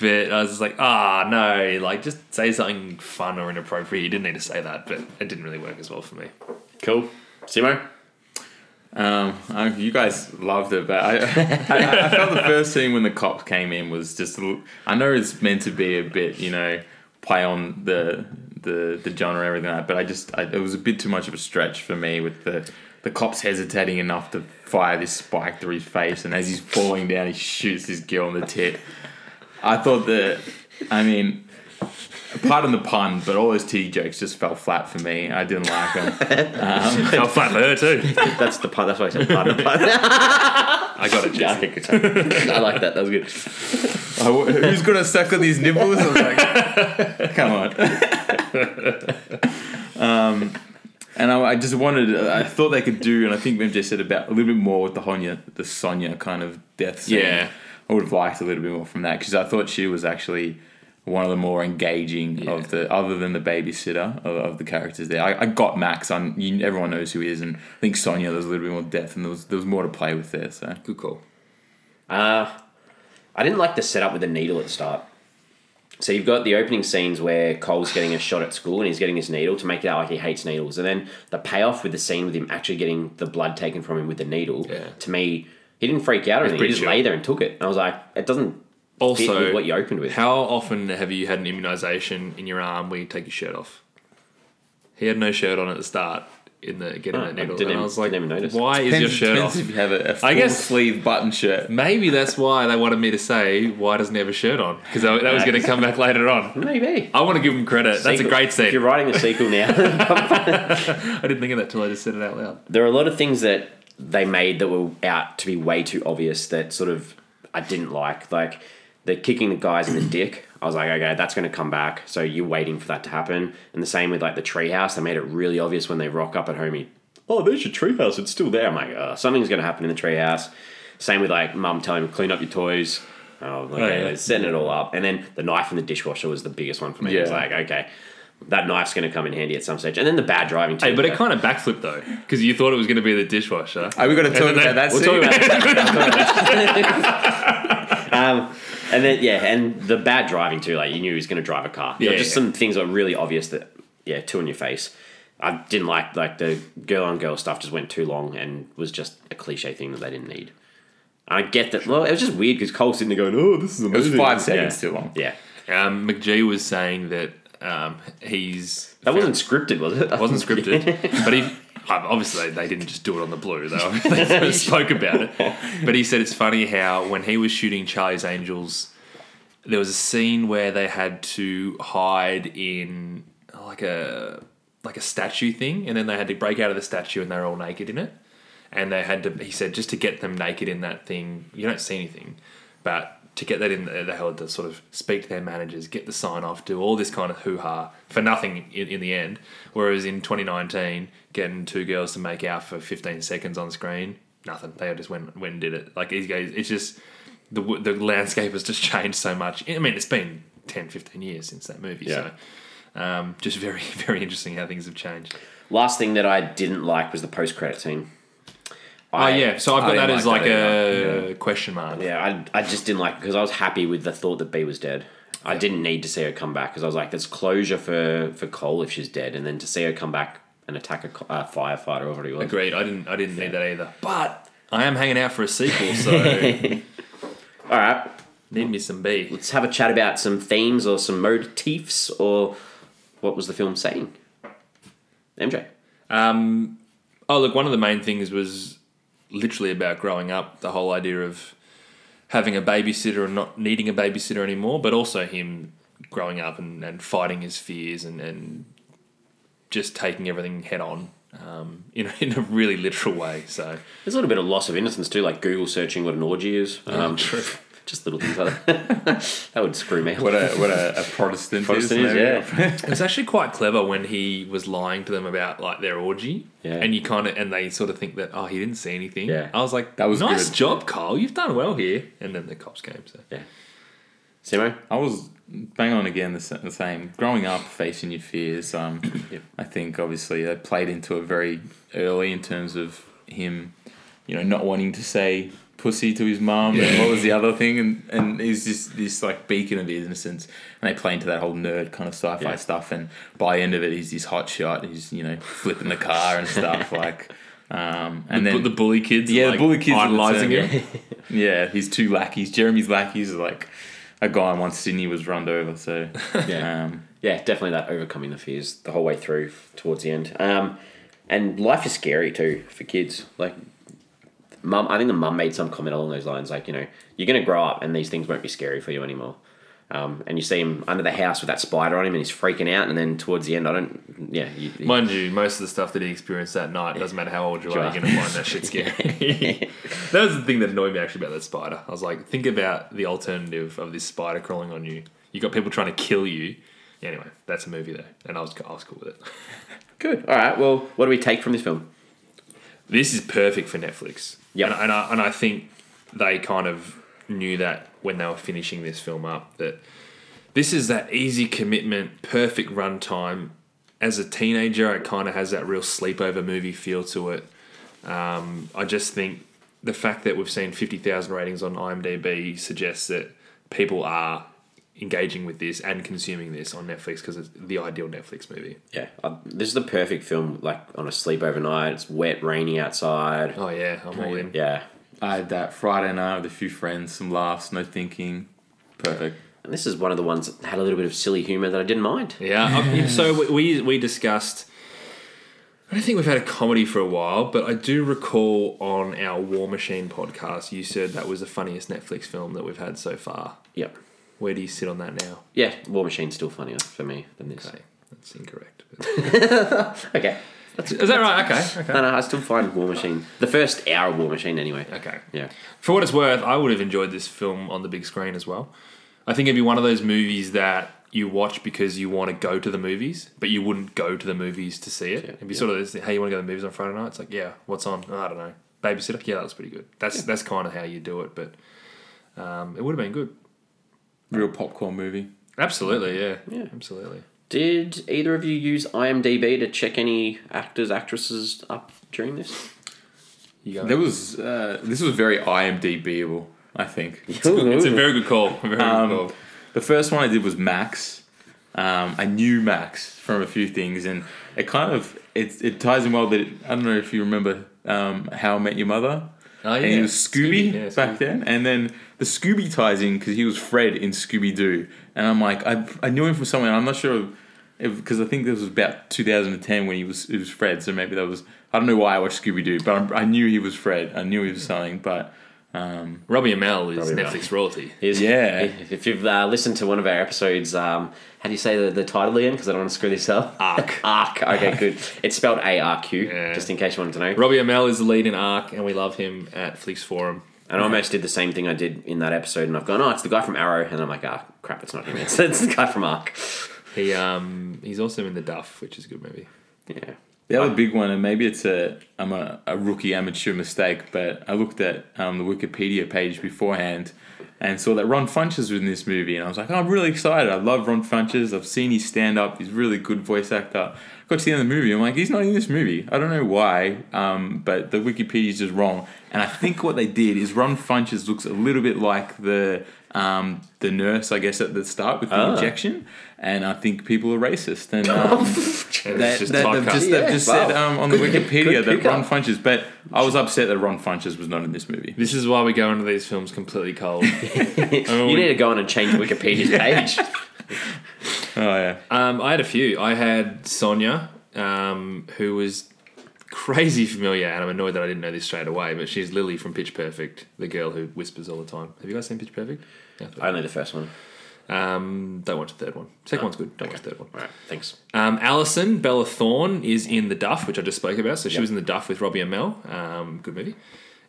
B: But I was just like, ah, no, like just say something fun or inappropriate. You didn't need to say that, but it didn't really work as well for me.
A: Cool. Simo.
C: Um, I, you guys loved it, but I, I, I felt the first scene when the cops came in was just. a little- I know it's meant to be a bit, you know, play on the the the genre and everything like that, but I just I, it was a bit too much of a stretch for me with the the cops hesitating enough to fire this spike through his face, and as he's falling down, he shoots this girl in the tit. I thought that, I mean. Pardon the pun, but all those titty jokes just fell flat for me. I didn't like them.
B: Felt flat for her too.
A: That's the part. That's why I said part of the part.
B: I got it.
A: Yeah, I
B: Jesse.
A: think it's- I like that. That was good.
C: I w- who's gonna suck on these nipples? I was like, come on. um, and I, I just wanted. I thought they could do, and I think MJ said about a little bit more with the Honya, the Sonya kind of death scene.
B: Yeah.
C: I would have liked a little bit more from that because I thought she was actually one of the more engaging of the, other than the babysitter of, of the characters there. I, I got Max. On you, everyone knows who he is, and I think Sonya. There was a little bit more depth, and there was there was more to play with there. So
B: Good call.
A: Uh, I didn't like the setup with the needle at the start. So you've got the opening scenes where Cole's getting a shot at school and he's getting his needle to make it out like he hates needles, and then the payoff with the scene with him actually getting the blood taken from him with the needle.
B: Yeah.
A: To me, he didn't freak out or anything. He
B: pretty
A: just
B: chill.
A: lay there and took it. And I was like, it doesn't fit
B: Also,
A: with what you opened with.
B: how often have you had an immunisation in your arm where you take your shirt off? He had no shirt on at the start in the getting
A: Oh, I
B: that needle,
A: didn't
B: and I
A: even-
B: was like,
A: didn't even notice.
B: why is your
C: Depends-
B: shirt
C: depends
B: off?
C: If you have a, a
B: I guess-
C: full sleeve button shirt.
B: Maybe that's why they wanted me to say, why doesn't he have a shirt on? Because that was going to come back later on.
A: Maybe.
B: I want to give him credit. That's a
A: Sequel-
B: great
A: If you're
B: scene.
A: writing a sequel now,
B: I didn't think of that till I just said it out loud.
A: there are a lot of things that they made that were out to be way too obvious that sort of I didn't like. Like the kicking the guys in the dick. I was like, okay, that's going to come back. So you're waiting for that to happen. And the same with like the treehouse. They made it really obvious when they rock up at Homie oh, there's your treehouse. It's still there. I'm like, oh, something's going to happen in the treehouse. Same with like mum telling him clean up your toys. Oh, okay,
B: yeah.
A: they're setting it all up. And then the knife in the dishwasher was the biggest one for me. It was
C: Yeah.
A: like, okay, that knife's going to come in handy at some stage. And then the bad driving too.
B: Hey, but it kind of backflipped though, because you thought it was going to be the dishwasher.
C: Are we going to talk about that
A: We'll
C: scene?
A: talk about that. um, and then yeah, and the bad driving too. Like you knew he was going to drive a car. There were
B: Yeah,
A: just
B: yeah.
A: some things that were really obvious that yeah, two in your face. I didn't like like the girl on girl stuff just went too long and was just a cliche thing that they didn't need. I get that. Well, it was just weird because Cole's sitting there going, "Oh, this is
C: It
A: amazing."
C: was five
A: Yeah.
C: seconds too long.
A: Yeah,
B: Um, McGee was saying that um, he's
A: that wasn't scripted, was it?
B: It wasn't scripted, but he uh, obviously they didn't just do it on the blue. They obviously spoke about it. But he said it's funny how when he was shooting Charlie's Angels, there was a scene where they had to hide in like a like a statue thing, and then they had to break out of the statue, and they were all naked in it. And they had to, he said, just to get them naked in that thing, you don't see anything, but to get that in, there, they had to sort of speak to their managers, get the sign off, do all this kind of hoo ha for nothing in, in the end. Whereas in 2019, getting two girls to make out for 15 seconds on screen, nothing. They all just went went and did it. Like these guys, it's just the w- the landscape has just changed so much. I mean, it's been 10, 15 years since that movie,
A: Yeah.
B: so um, just very very interesting how things have changed.
A: Last thing that I didn't like was the post credit scene.
B: Oh yeah, so I've
C: I
B: got that
C: didn't
B: as
C: like
B: like
C: that
B: a question mark.
A: Yeah, I, I just didn't like because I was happy with the thought that B was dead. I didn't need to see her come back because I was like, there's closure for, for Cole if she's dead, and then to see her come back and attack a co- uh, firefighter or whatever it was.
B: Agreed. I didn't. I didn't need that either. But I am hanging out for a sequel, so
A: All right,
B: need me some B.
A: let's have a chat about some themes or some motifs or what was the film saying? MJ.
B: Um, oh, look. One of the main things was literally about growing up. The whole idea of having a babysitter and not needing a babysitter anymore, but also him growing up and, and fighting his fears and, and just taking everything head on um, in, in a really literal way. So
A: There's a little bit of loss of innocence too, like Google searching what an orgy is. Um, Just little things like that. that would screw me up.
C: What a what a, a Protestant,
A: Protestant is, yeah.
B: It's actually quite clever when he was lying to them about like their orgy,
A: Yeah.
B: and you kind of and they sort of think that oh he didn't see anything.
A: Yeah.
B: I was
C: That
B: like that
C: was
B: was nice
C: good.
B: job, Carl. You've done well here. And then the cops came. So
A: Simo?
C: I was bang on again the, sa- the same. Growing up, facing your fears. Um,
A: Yep.
C: I think obviously that played into it very early in terms of him, you know, not wanting to say pussy to his mum and what was the other thing, and and he's just this like beacon of innocence, and they play into that whole nerd kind of sci-fi
A: Yeah.
C: stuff, and by the end of it, he's this hot shot. He's you know flipping the car and stuff like. Um, and then
B: but the bully kids,
C: yeah,
B: yeah,
C: the bully kids are the
B: idolizing
C: term,
B: him.
C: yeah, his two lackeys, Jeremy's lackeys, are like a guy once Sydney was runned over. So
A: Yeah.
C: um,
A: Yeah, definitely that overcoming the fears the whole way through towards the end. Um, and life is scary too for kids. Like, mum, I think the mum made some comment along those lines, like you know, you're gonna grow up and these things won't be scary for you anymore. Um, and you see him under the house with that spider on him, and he's freaking out. And then towards the end, I don't. Yeah, you, you-
B: Mind you, most of the stuff that he experienced that night doesn't matter how old you are,
A: Sure.
B: you're going to find that shit scary. that was the thing that annoyed me actually about that spider. I was like, think about the alternative of this spider crawling on you. You got people trying to kill you. Anyway, that's a movie though, and I was I was cool with it.
A: good. All right. Well, what do we take from this film?
B: this is perfect for Netflix.
A: Yep.
B: And, and, I, and I think they kind of knew that when they were finishing this film up that this is that easy commitment, perfect runtime. As a teenager, it kind of has that real sleepover movie feel to it. Um, I just think the fact that we've seen 50,000 ratings on IMDb suggests that people are engaging with this and consuming this on Netflix because it's the ideal Netflix movie.
A: Yeah, I, this is the perfect film. Like on a sleep overnight. It's wet, rainy outside.
B: Oh, yeah, I'm all in.
A: Yeah,
C: I had that Friday night with a few friends, some laughs, no thinking. Perfect.
A: and this is one of the ones that had a little bit of silly humor that I didn't mind.
B: Yeah. I mean, so we- we we discussed. I don't think we've had a comedy for a while, but I do recall on our War Machine podcast, you said that was the funniest Netflix film that we've had so far.
A: Yep.
B: Where do you sit on that now?
A: Yeah, War Machine's still funnier for me than this.
B: Okay, that's incorrect.
A: Okay.
B: Is that right? Okay. Okay.
A: No, no, I still find War Machine the first hour of War Machine anyway.
B: Okay.
A: Yeah,
B: For what it's worth, I would have enjoyed this film on the big screen as well. I think it'd be one of those movies that you watch because you want to go to the movies, but you wouldn't go to the movies to see it.
A: Yeah,
B: It'd be
A: yeah.
B: sort of this, hey, you want to go to the movies on Friday night? It's like, yeah, what's on? "Oh, I don't know. Babysitter? Yeah, that was pretty good. That's that's kind of how you do it, but um, it would have been good.
C: Real popcorn movie.
B: Absolutely, yeah.
A: Yeah.
B: Absolutely.
A: Did either of you use IMDb to check any actors, actresses up during this?
B: You go.
C: There was uh, this was very IMDbable. I think it's,
A: Ooh.
B: it's a very good call. a Very
C: Um,
B: good call.
C: The first one I did was Max. Um, I knew Max from a few things, and it kind of it, it ties in well that I don't know if you remember um, How I Met Your Mother.
B: Oh,
C: And
B: yeah.
C: he was Scooby,
B: yeah,
C: back then, and then the Scooby ties in because he was Fred in Scooby Doo, and I'm like, I, I knew him from somewhere. I'm not sure because I think this was about 2010 when he was it was Fred, so maybe that was I don't know why I watched Scooby Doo, but i I knew he was Fred. I knew he was something, but um,
B: Robbie Amell is
A: Robbie Amell.
B: Netflix royalty.
A: Here's-
C: Yeah.
A: If you've uh, listened to one of our episodes, um, how do you say the, the title again? Because I don't want to screw this up.
B: Arc.
A: Arc. Okay, good. It's spelled A R Q,
B: Yeah.
A: just in case you wanted to know.
B: Robbie Amell is the lead in Arc, and we love him at Flix Forum.
A: And I almost did the same thing I did in that episode, and I've gone, oh, it's the guy from Arrow, and I'm like, ah, crap, it's not him. It's, it's the guy from Arc.
B: He um he's also in The Duff, which is a good movie.
A: Yeah.
C: the other big one, and maybe it's a I'm a, a rookie amateur mistake, but I looked at um, the Wikipedia page beforehand. And saw that Ron Funches was in this movie, and I was like, oh, I'm really excited. I love Ron Funches. I've seen his stand up. He's a really good voice actor. Got to the end of the movie, I'm like, he's not in this movie. I don't know why, um, but the Wikipedia's just wrong. And I think what they did is Ron Funches looks a little bit like the um, the nurse, I guess, at the start with the
A: Ah.
C: injection. And I think people are racist. And um,
B: And
C: that,
B: it's just
C: that,
B: typecast.
C: they've just,
A: Yeah,
C: they've just
A: wow.
C: said um, on the Wikipedia
A: good
C: that Ron
A: pickup.
C: Funches, but I was upset that Ron Funches was not in this movie.
B: This is why we go into these films completely cold.
A: you need to go on and change Wikipedia's page.
C: Oh yeah,
B: um, I had a few. I had Sonia, um, who was crazy familiar, and I'm annoyed that I didn't know this straight away. But she's Lily from Pitch Perfect, the girl who whispers all the time. Have you guys seen Pitch Perfect? Yeah, I thought-
A: Only the first one.
B: Um, don't watch the third one. Second
C: Oh,
B: one's good. Don't watch the third one.
A: All right, thanks.
B: Um, Alison Bella Thorne is in The Duff, which I just spoke about. So she
A: Yep.
B: was in The Duff with Robbie Amell. Um, good movie.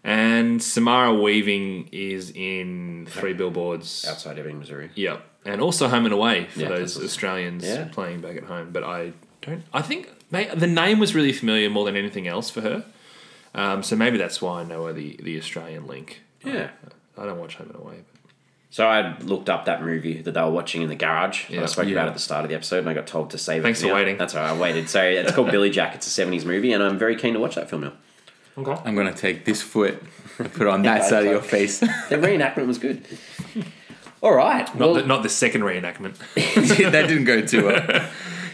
B: And Samara Weaving is in Three Billboards.
A: Outside Ebbing, Missouri.
B: Yep. And also Home and Away for
A: Yeah,
B: those
A: that's awesome.
B: Australians
A: Yeah.
B: playing back at home. But I don't. I think may, the name was really familiar more than anything else for her. Um, so maybe that's why I know her the, the Australian link.
A: Yeah.
B: I, I don't watch Home and Away. But
A: So I looked up that movie that they were watching in the garage. that
B: Yeah.
A: I spoke
C: Yeah.
A: about at the start of the episode, and I got told to save
B: Thanks
A: it.
B: for
A: now.
B: waiting.
A: That's all right. I waited. So it's called Billy Jack. It's a '70s movie, and I'm very keen to watch that film now.
C: I'm gonna take this foot and put it on that side of your face.
A: The reenactment was good. All right.
B: not,
A: well,
B: the, not the second reenactment.
C: that didn't go too well.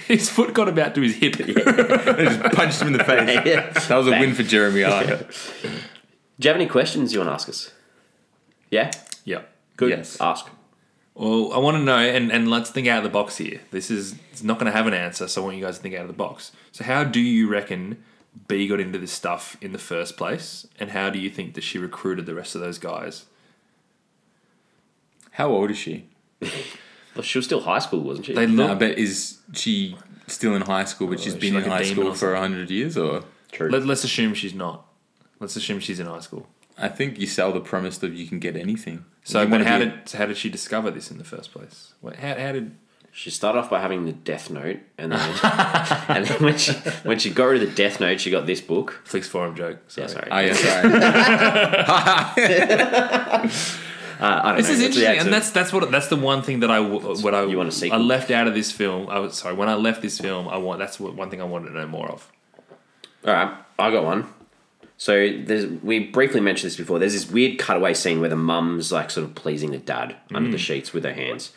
B: his foot got about to his hip.
C: I just punched him in the face.
A: Yeah.
C: That was a win for Jeremy Arthur.
A: Do you have any questions you want to ask us? Yeah.
B: Yep.
A: Good.
C: Yes.
A: Ask.
B: Well, I want to know, and, and let's think out of the box here. This is it's not going to have an answer, so I want you guys to think out of the box. So, how do you reckon B got into this stuff in the first place, and how do you think that she recruited the rest of those guys?
C: How old is she?
A: Well, she was still high school, wasn't she?
B: They
C: No,
B: look.
C: but is she still in high school? But she's
B: Oh, is
C: been
B: she like
C: in
B: a
C: high
B: demon
C: school
B: or
C: for hundred years, or
A: True.
B: let, us assume she's not. Let's assume she's in high school.
C: I think you sell the premise that you can get anything.
B: So,
C: You
B: but
C: wanna
B: how
C: be-
B: did so how did she discover this in the first place? What, how, how did
A: She started off by having the Death Note, and then, and then when she when she got rid of the Death Note, she got this book.
B: Flix Forum joke? Sorry.
A: Yeah, sorry.
C: Oh yeah, sorry.
A: Uh, I don't
B: This
A: know. That's-
B: is interesting,
A: that's
B: and
A: a-
B: that's that's what that's the one thing that I w- what I
A: You want a sequel?
B: I left out of this film. I was sorry when I left this film. I want that's what, one thing I wanted to know more of.
A: All right, I got one. So there's, we briefly mentioned this before. There's this weird cutaway scene where the mum's like sort of pleasing the dad
B: Mm.
A: under the sheets with her hands.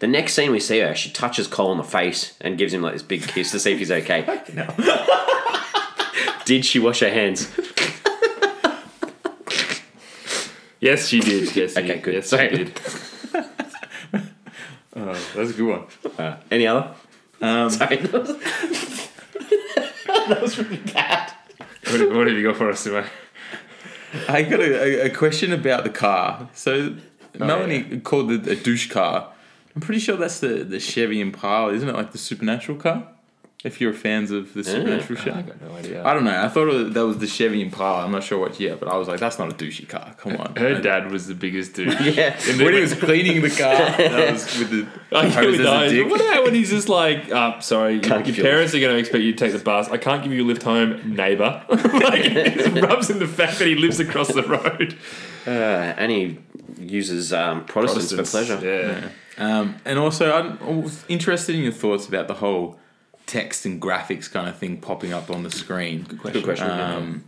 A: The next scene we see her, she touches Cole on the face and gives him like this big kiss to see if he's okay. Did she wash her hands?
B: Yes, she did. Yes.
A: Okay,
B: she-
A: good.
B: Yes,
A: Sorry.
B: she did. Oh,
C: That's a good one.
A: Any other?
B: Um,
A: Sorry, that was, that was really bad.
B: What have, what have you got for us today?
C: I got a, a, a question about the car. So Melanie called it a douche car. I'm pretty sure that's the, the Chevy Impala, isn't it? Like the supernatural car. If you're fans of the supernatural show.
B: I got no idea.
C: I don't know. I thought it was- that was the Chevy Impala. I'm not sure what year, but I was like, that's not a douchey car. Come on.
B: Her dad was the biggest dude.
A: Yeah.
B: And then
C: when he
B: when-
C: was cleaning the car, that was with the
B: I get
C: hose as
B: with
C: a
B: those.
C: dick.
B: What about when he's just like, uh, sorry,
A: Can't
B: your
A: give you a
B: parents are going to expect you to take the bus. I can't give you a lift home, neighbour. like, it just rubs in the fact that he lives across the road.
A: Uh, and he uses um, Protestants, for pleasure.
B: Yeah.
C: Um, and also, I'm I was interested in your thoughts about the whole text and graphics kind of thing popping up on the screen. Good
A: Good question.
C: Um,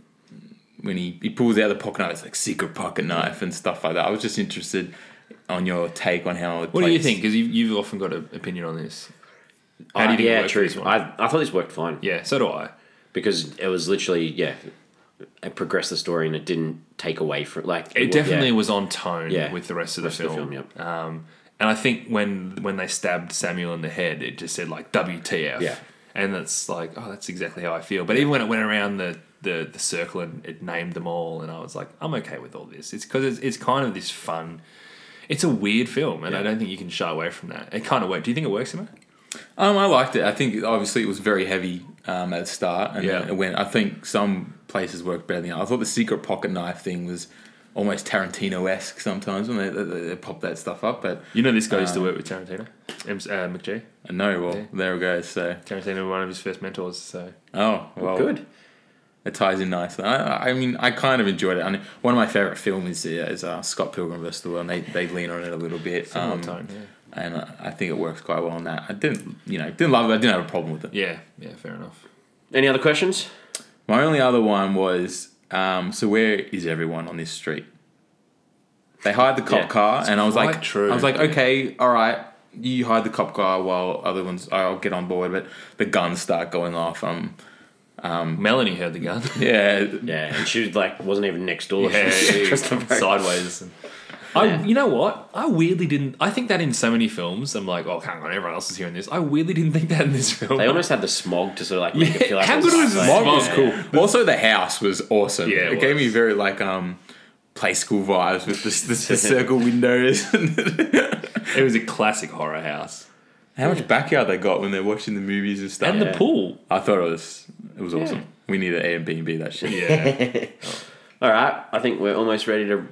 C: when he, he pulls out the pocket knife, it's like secret pocket knife and stuff like that. I was just interested on your take on how. It
B: What do you
C: plays.
B: think? Because you, you've often got an opinion on this.
A: Uh,
B: How do you think it
A: yeah,
B: worked for
A: true.
B: this one?
A: I, I thought this worked fine
B: Yeah, so do I.
A: because it was literally yeah, it progressed the story and it didn't take away from like
B: It
A: wa-
B: definitely
A: yeah.
B: was on tone
A: Yeah.
B: with the rest of the
A: Rest of the
B: film.
A: film, yep.
B: um, and I think when when they stabbed Samuel in the head, it just said like WTF.
A: Yeah.
B: And that's like, oh, that's exactly how I feel. But even when it went around the, the, the circle and it named them all, and I was like, I'm okay with all this. It's because it's, it's kind of this fun. It's a weird film, and I don't think you can shy away from that. It kind of worked. Do you think it works, Emma?
C: Um, I liked it. I think obviously it was very heavy um, at the start, and
B: Yeah.
C: then it went. I think some places worked better than others. I thought the secret pocket knife thing was almost Tarantino esque sometimes when they, they, they pop that stuff up. But
B: You know, this guy
A: Uh,
B: used to work with Tarantino, M- uh, McG.
C: no, well
B: Yeah.
C: there it goes. So
B: Tarantino, one of his first mentors. So
C: oh well,
A: good.
C: It ties in nicely. I, I mean, I kind of enjoyed it. I mean, one of my favorite films is, is uh, Scott Pilgrim vs. the World. And they they lean on it a little bit,
B: similar
C: um,
B: tone. Yeah.
C: and I I think it works quite well on that. I didn't, you know, didn't love it. I didn't have a problem with it.
B: yeah, yeah, fair enough.
A: Any other questions?
C: My only other one was um, so where is everyone on this street? They hide the cop
A: Yeah,
C: car, and I was like,
B: quite true.
C: I was like, okay, all right, you hide the cop car while other ones, I'll get on board. But the guns start going off. Um,
B: Melanie heard the gun.
C: yeah,
A: Yeah, and she was like wasn't even next door.
B: Yeah,
A: She was across the road.
B: sideways. And I, you know what? I weirdly didn't. I think that in so many films, I'm like, oh, hang on, everyone else is hearing this. I weirdly didn't think that in this film.
A: They almost had the smog to sort of like make it feel like
B: How
A: it
B: good was
A: like-
B: the
C: Smog was
B: Yeah.
C: cool. Also, the house was awesome.
B: Yeah,
C: it,
B: it
C: gave
B: was.
C: me very like um, play school vibes with the, the, the circle windows.
B: it was a classic horror house
C: How much backyard they got when they're watching the movies and stuff.
B: and the pool.
C: I thought it was it was awesome. We need an Airbnb that shit.
B: Yeah,
A: All right, I think we're almost ready to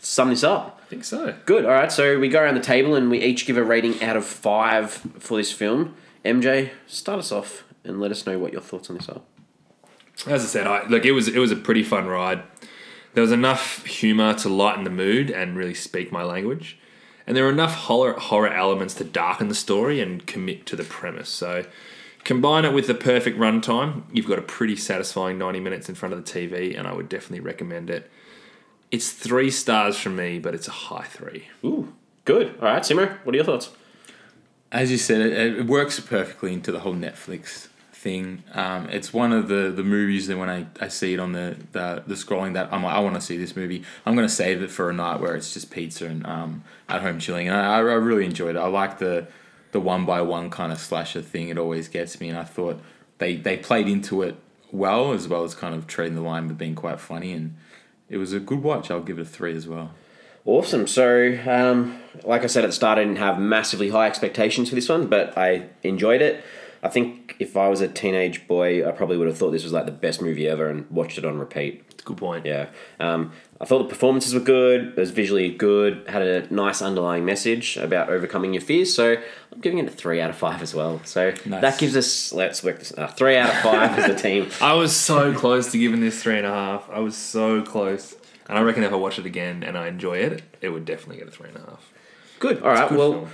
A: sum this up.
B: I think so.
A: Good. All right. So we go around the table and we each give a rating out of five for this film. MJ, start us off and let us know what your thoughts on this are.
B: As I said, I look. It was it was a pretty fun ride. There was enough humor to lighten the mood and really speak my language, and there were enough horror horror elements to darken the story and commit to the premise. So, combine it with the perfect runtime, you've got a pretty satisfying ninety minutes in front of the TV, and I would definitely recommend it. It's three stars from me, but it's a high three.
A: Ooh, good. All right, Simmer, what are your thoughts?
C: as you said, it, it works perfectly into the whole Netflix thing. Um, it's one of the, the movies that when I, I see it on the, the, the scrolling that I'm like, I want to see this movie. I'm going to save it for a night where it's just pizza and um, at home chilling. And I, I really enjoyed it. I like the the one by one kind of slasher thing. It always gets me. And I thought they, they played into it well, as well as kind of treading the line with being quite funny. And it was a good watch. I'll give it a three as well.
A: Awesome. So, um, like I said at the start, I didn't have massively high expectations for this one, but I enjoyed it. I think if I was a teenage boy, I probably would have thought this was like the best movie ever and watched it on repeat.
B: It's a good point.
A: Yeah. Um, I thought the performances were good. It was visually good. Had a nice underlying message about overcoming your fears. So I'm giving it a three out of five as well. So
C: Nice.
A: that gives us let's work this uh, three out of five as a team.
B: I was so close to giving this three and a half. I was so close. And I reckon if I watch it again and I enjoy it, it would definitely get a three and a half.
A: Good. All right.
C: good
A: well,
C: film.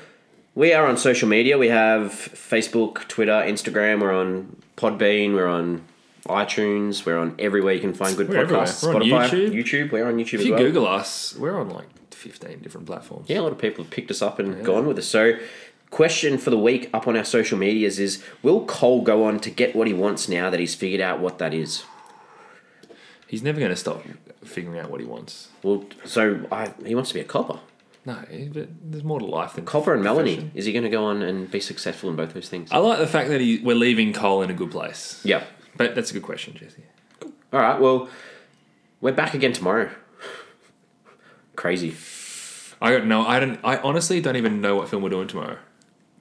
A: we are on social media. We have Facebook, Twitter, Instagram. We're on Podbean. We're on iTunes. We're on everywhere you can find good
B: We're everywhere.
A: podcasts.
B: We're on
A: Spotify,
B: YouTube.
A: We're on YouTube
B: If
A: as
B: you
A: well.
B: Google us, we're on like 15 different platforms.
A: Yeah, a lot of people have picked us up and gone with us. So, question for the week up on our social medias is: Will Cole go on to get what he wants now that he's figured out what that is?
B: He's never going to stop figuring out what he wants.
A: Well, so I, he wants to be a copper.
B: No, but there's more to life than
A: Copper and Melanie.
B: profession. Uh,
A: Is he going to go on and be successful in both those things?
B: I like the fact that he, we're leaving Cole in a good place.
A: yeah.
B: But that's a good question, Jesse.
A: All right. Well, we're back again tomorrow. Crazy.
B: I don't know. I don't. I honestly don't even know what film we're doing tomorrow.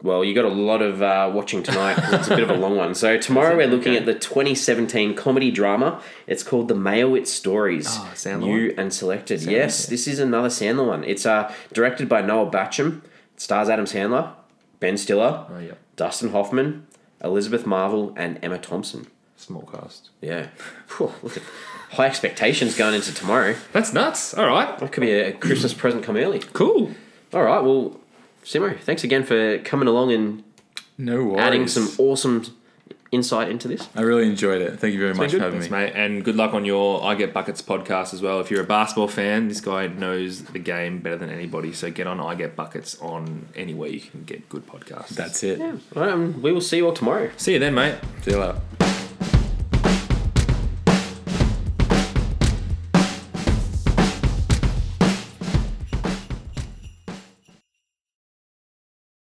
A: Well, you got a lot of uh, watching tonight. 'cause It's a bit of a long one. So tomorrow we're looking at the 2017 comedy drama. It's called The Mayowitz Stories.
B: Oh, Sandler
A: New and selected. yes, this is another Sandler one. It's uh, directed by Noel Batcham. It stars Adam Sandler, Ben Stiller,
B: Oh, yeah.
A: Dustin Hoffman, Elizabeth Marvel, and Emma Thompson.
B: Small cast.
A: Yeah. Phew, look at high expectations going into tomorrow.
B: That's nuts. All right.
A: That could be a Christmas present come early.
B: Cool.
A: All right. Well, Simo, thanks again for coming along and
C: No worries.
A: adding some awesome insight into this.
C: I really enjoyed it. Thank you very much for having me.
B: Thanks, mate. And good luck on your I Get Buckets podcast as well. If you're a basketball fan, this guy knows the game better than anybody. So get on I Get Buckets on anywhere you can get good podcasts.
C: That's it.
A: All right, um, we will see you all tomorrow.
B: See you then, mate.
C: See you later.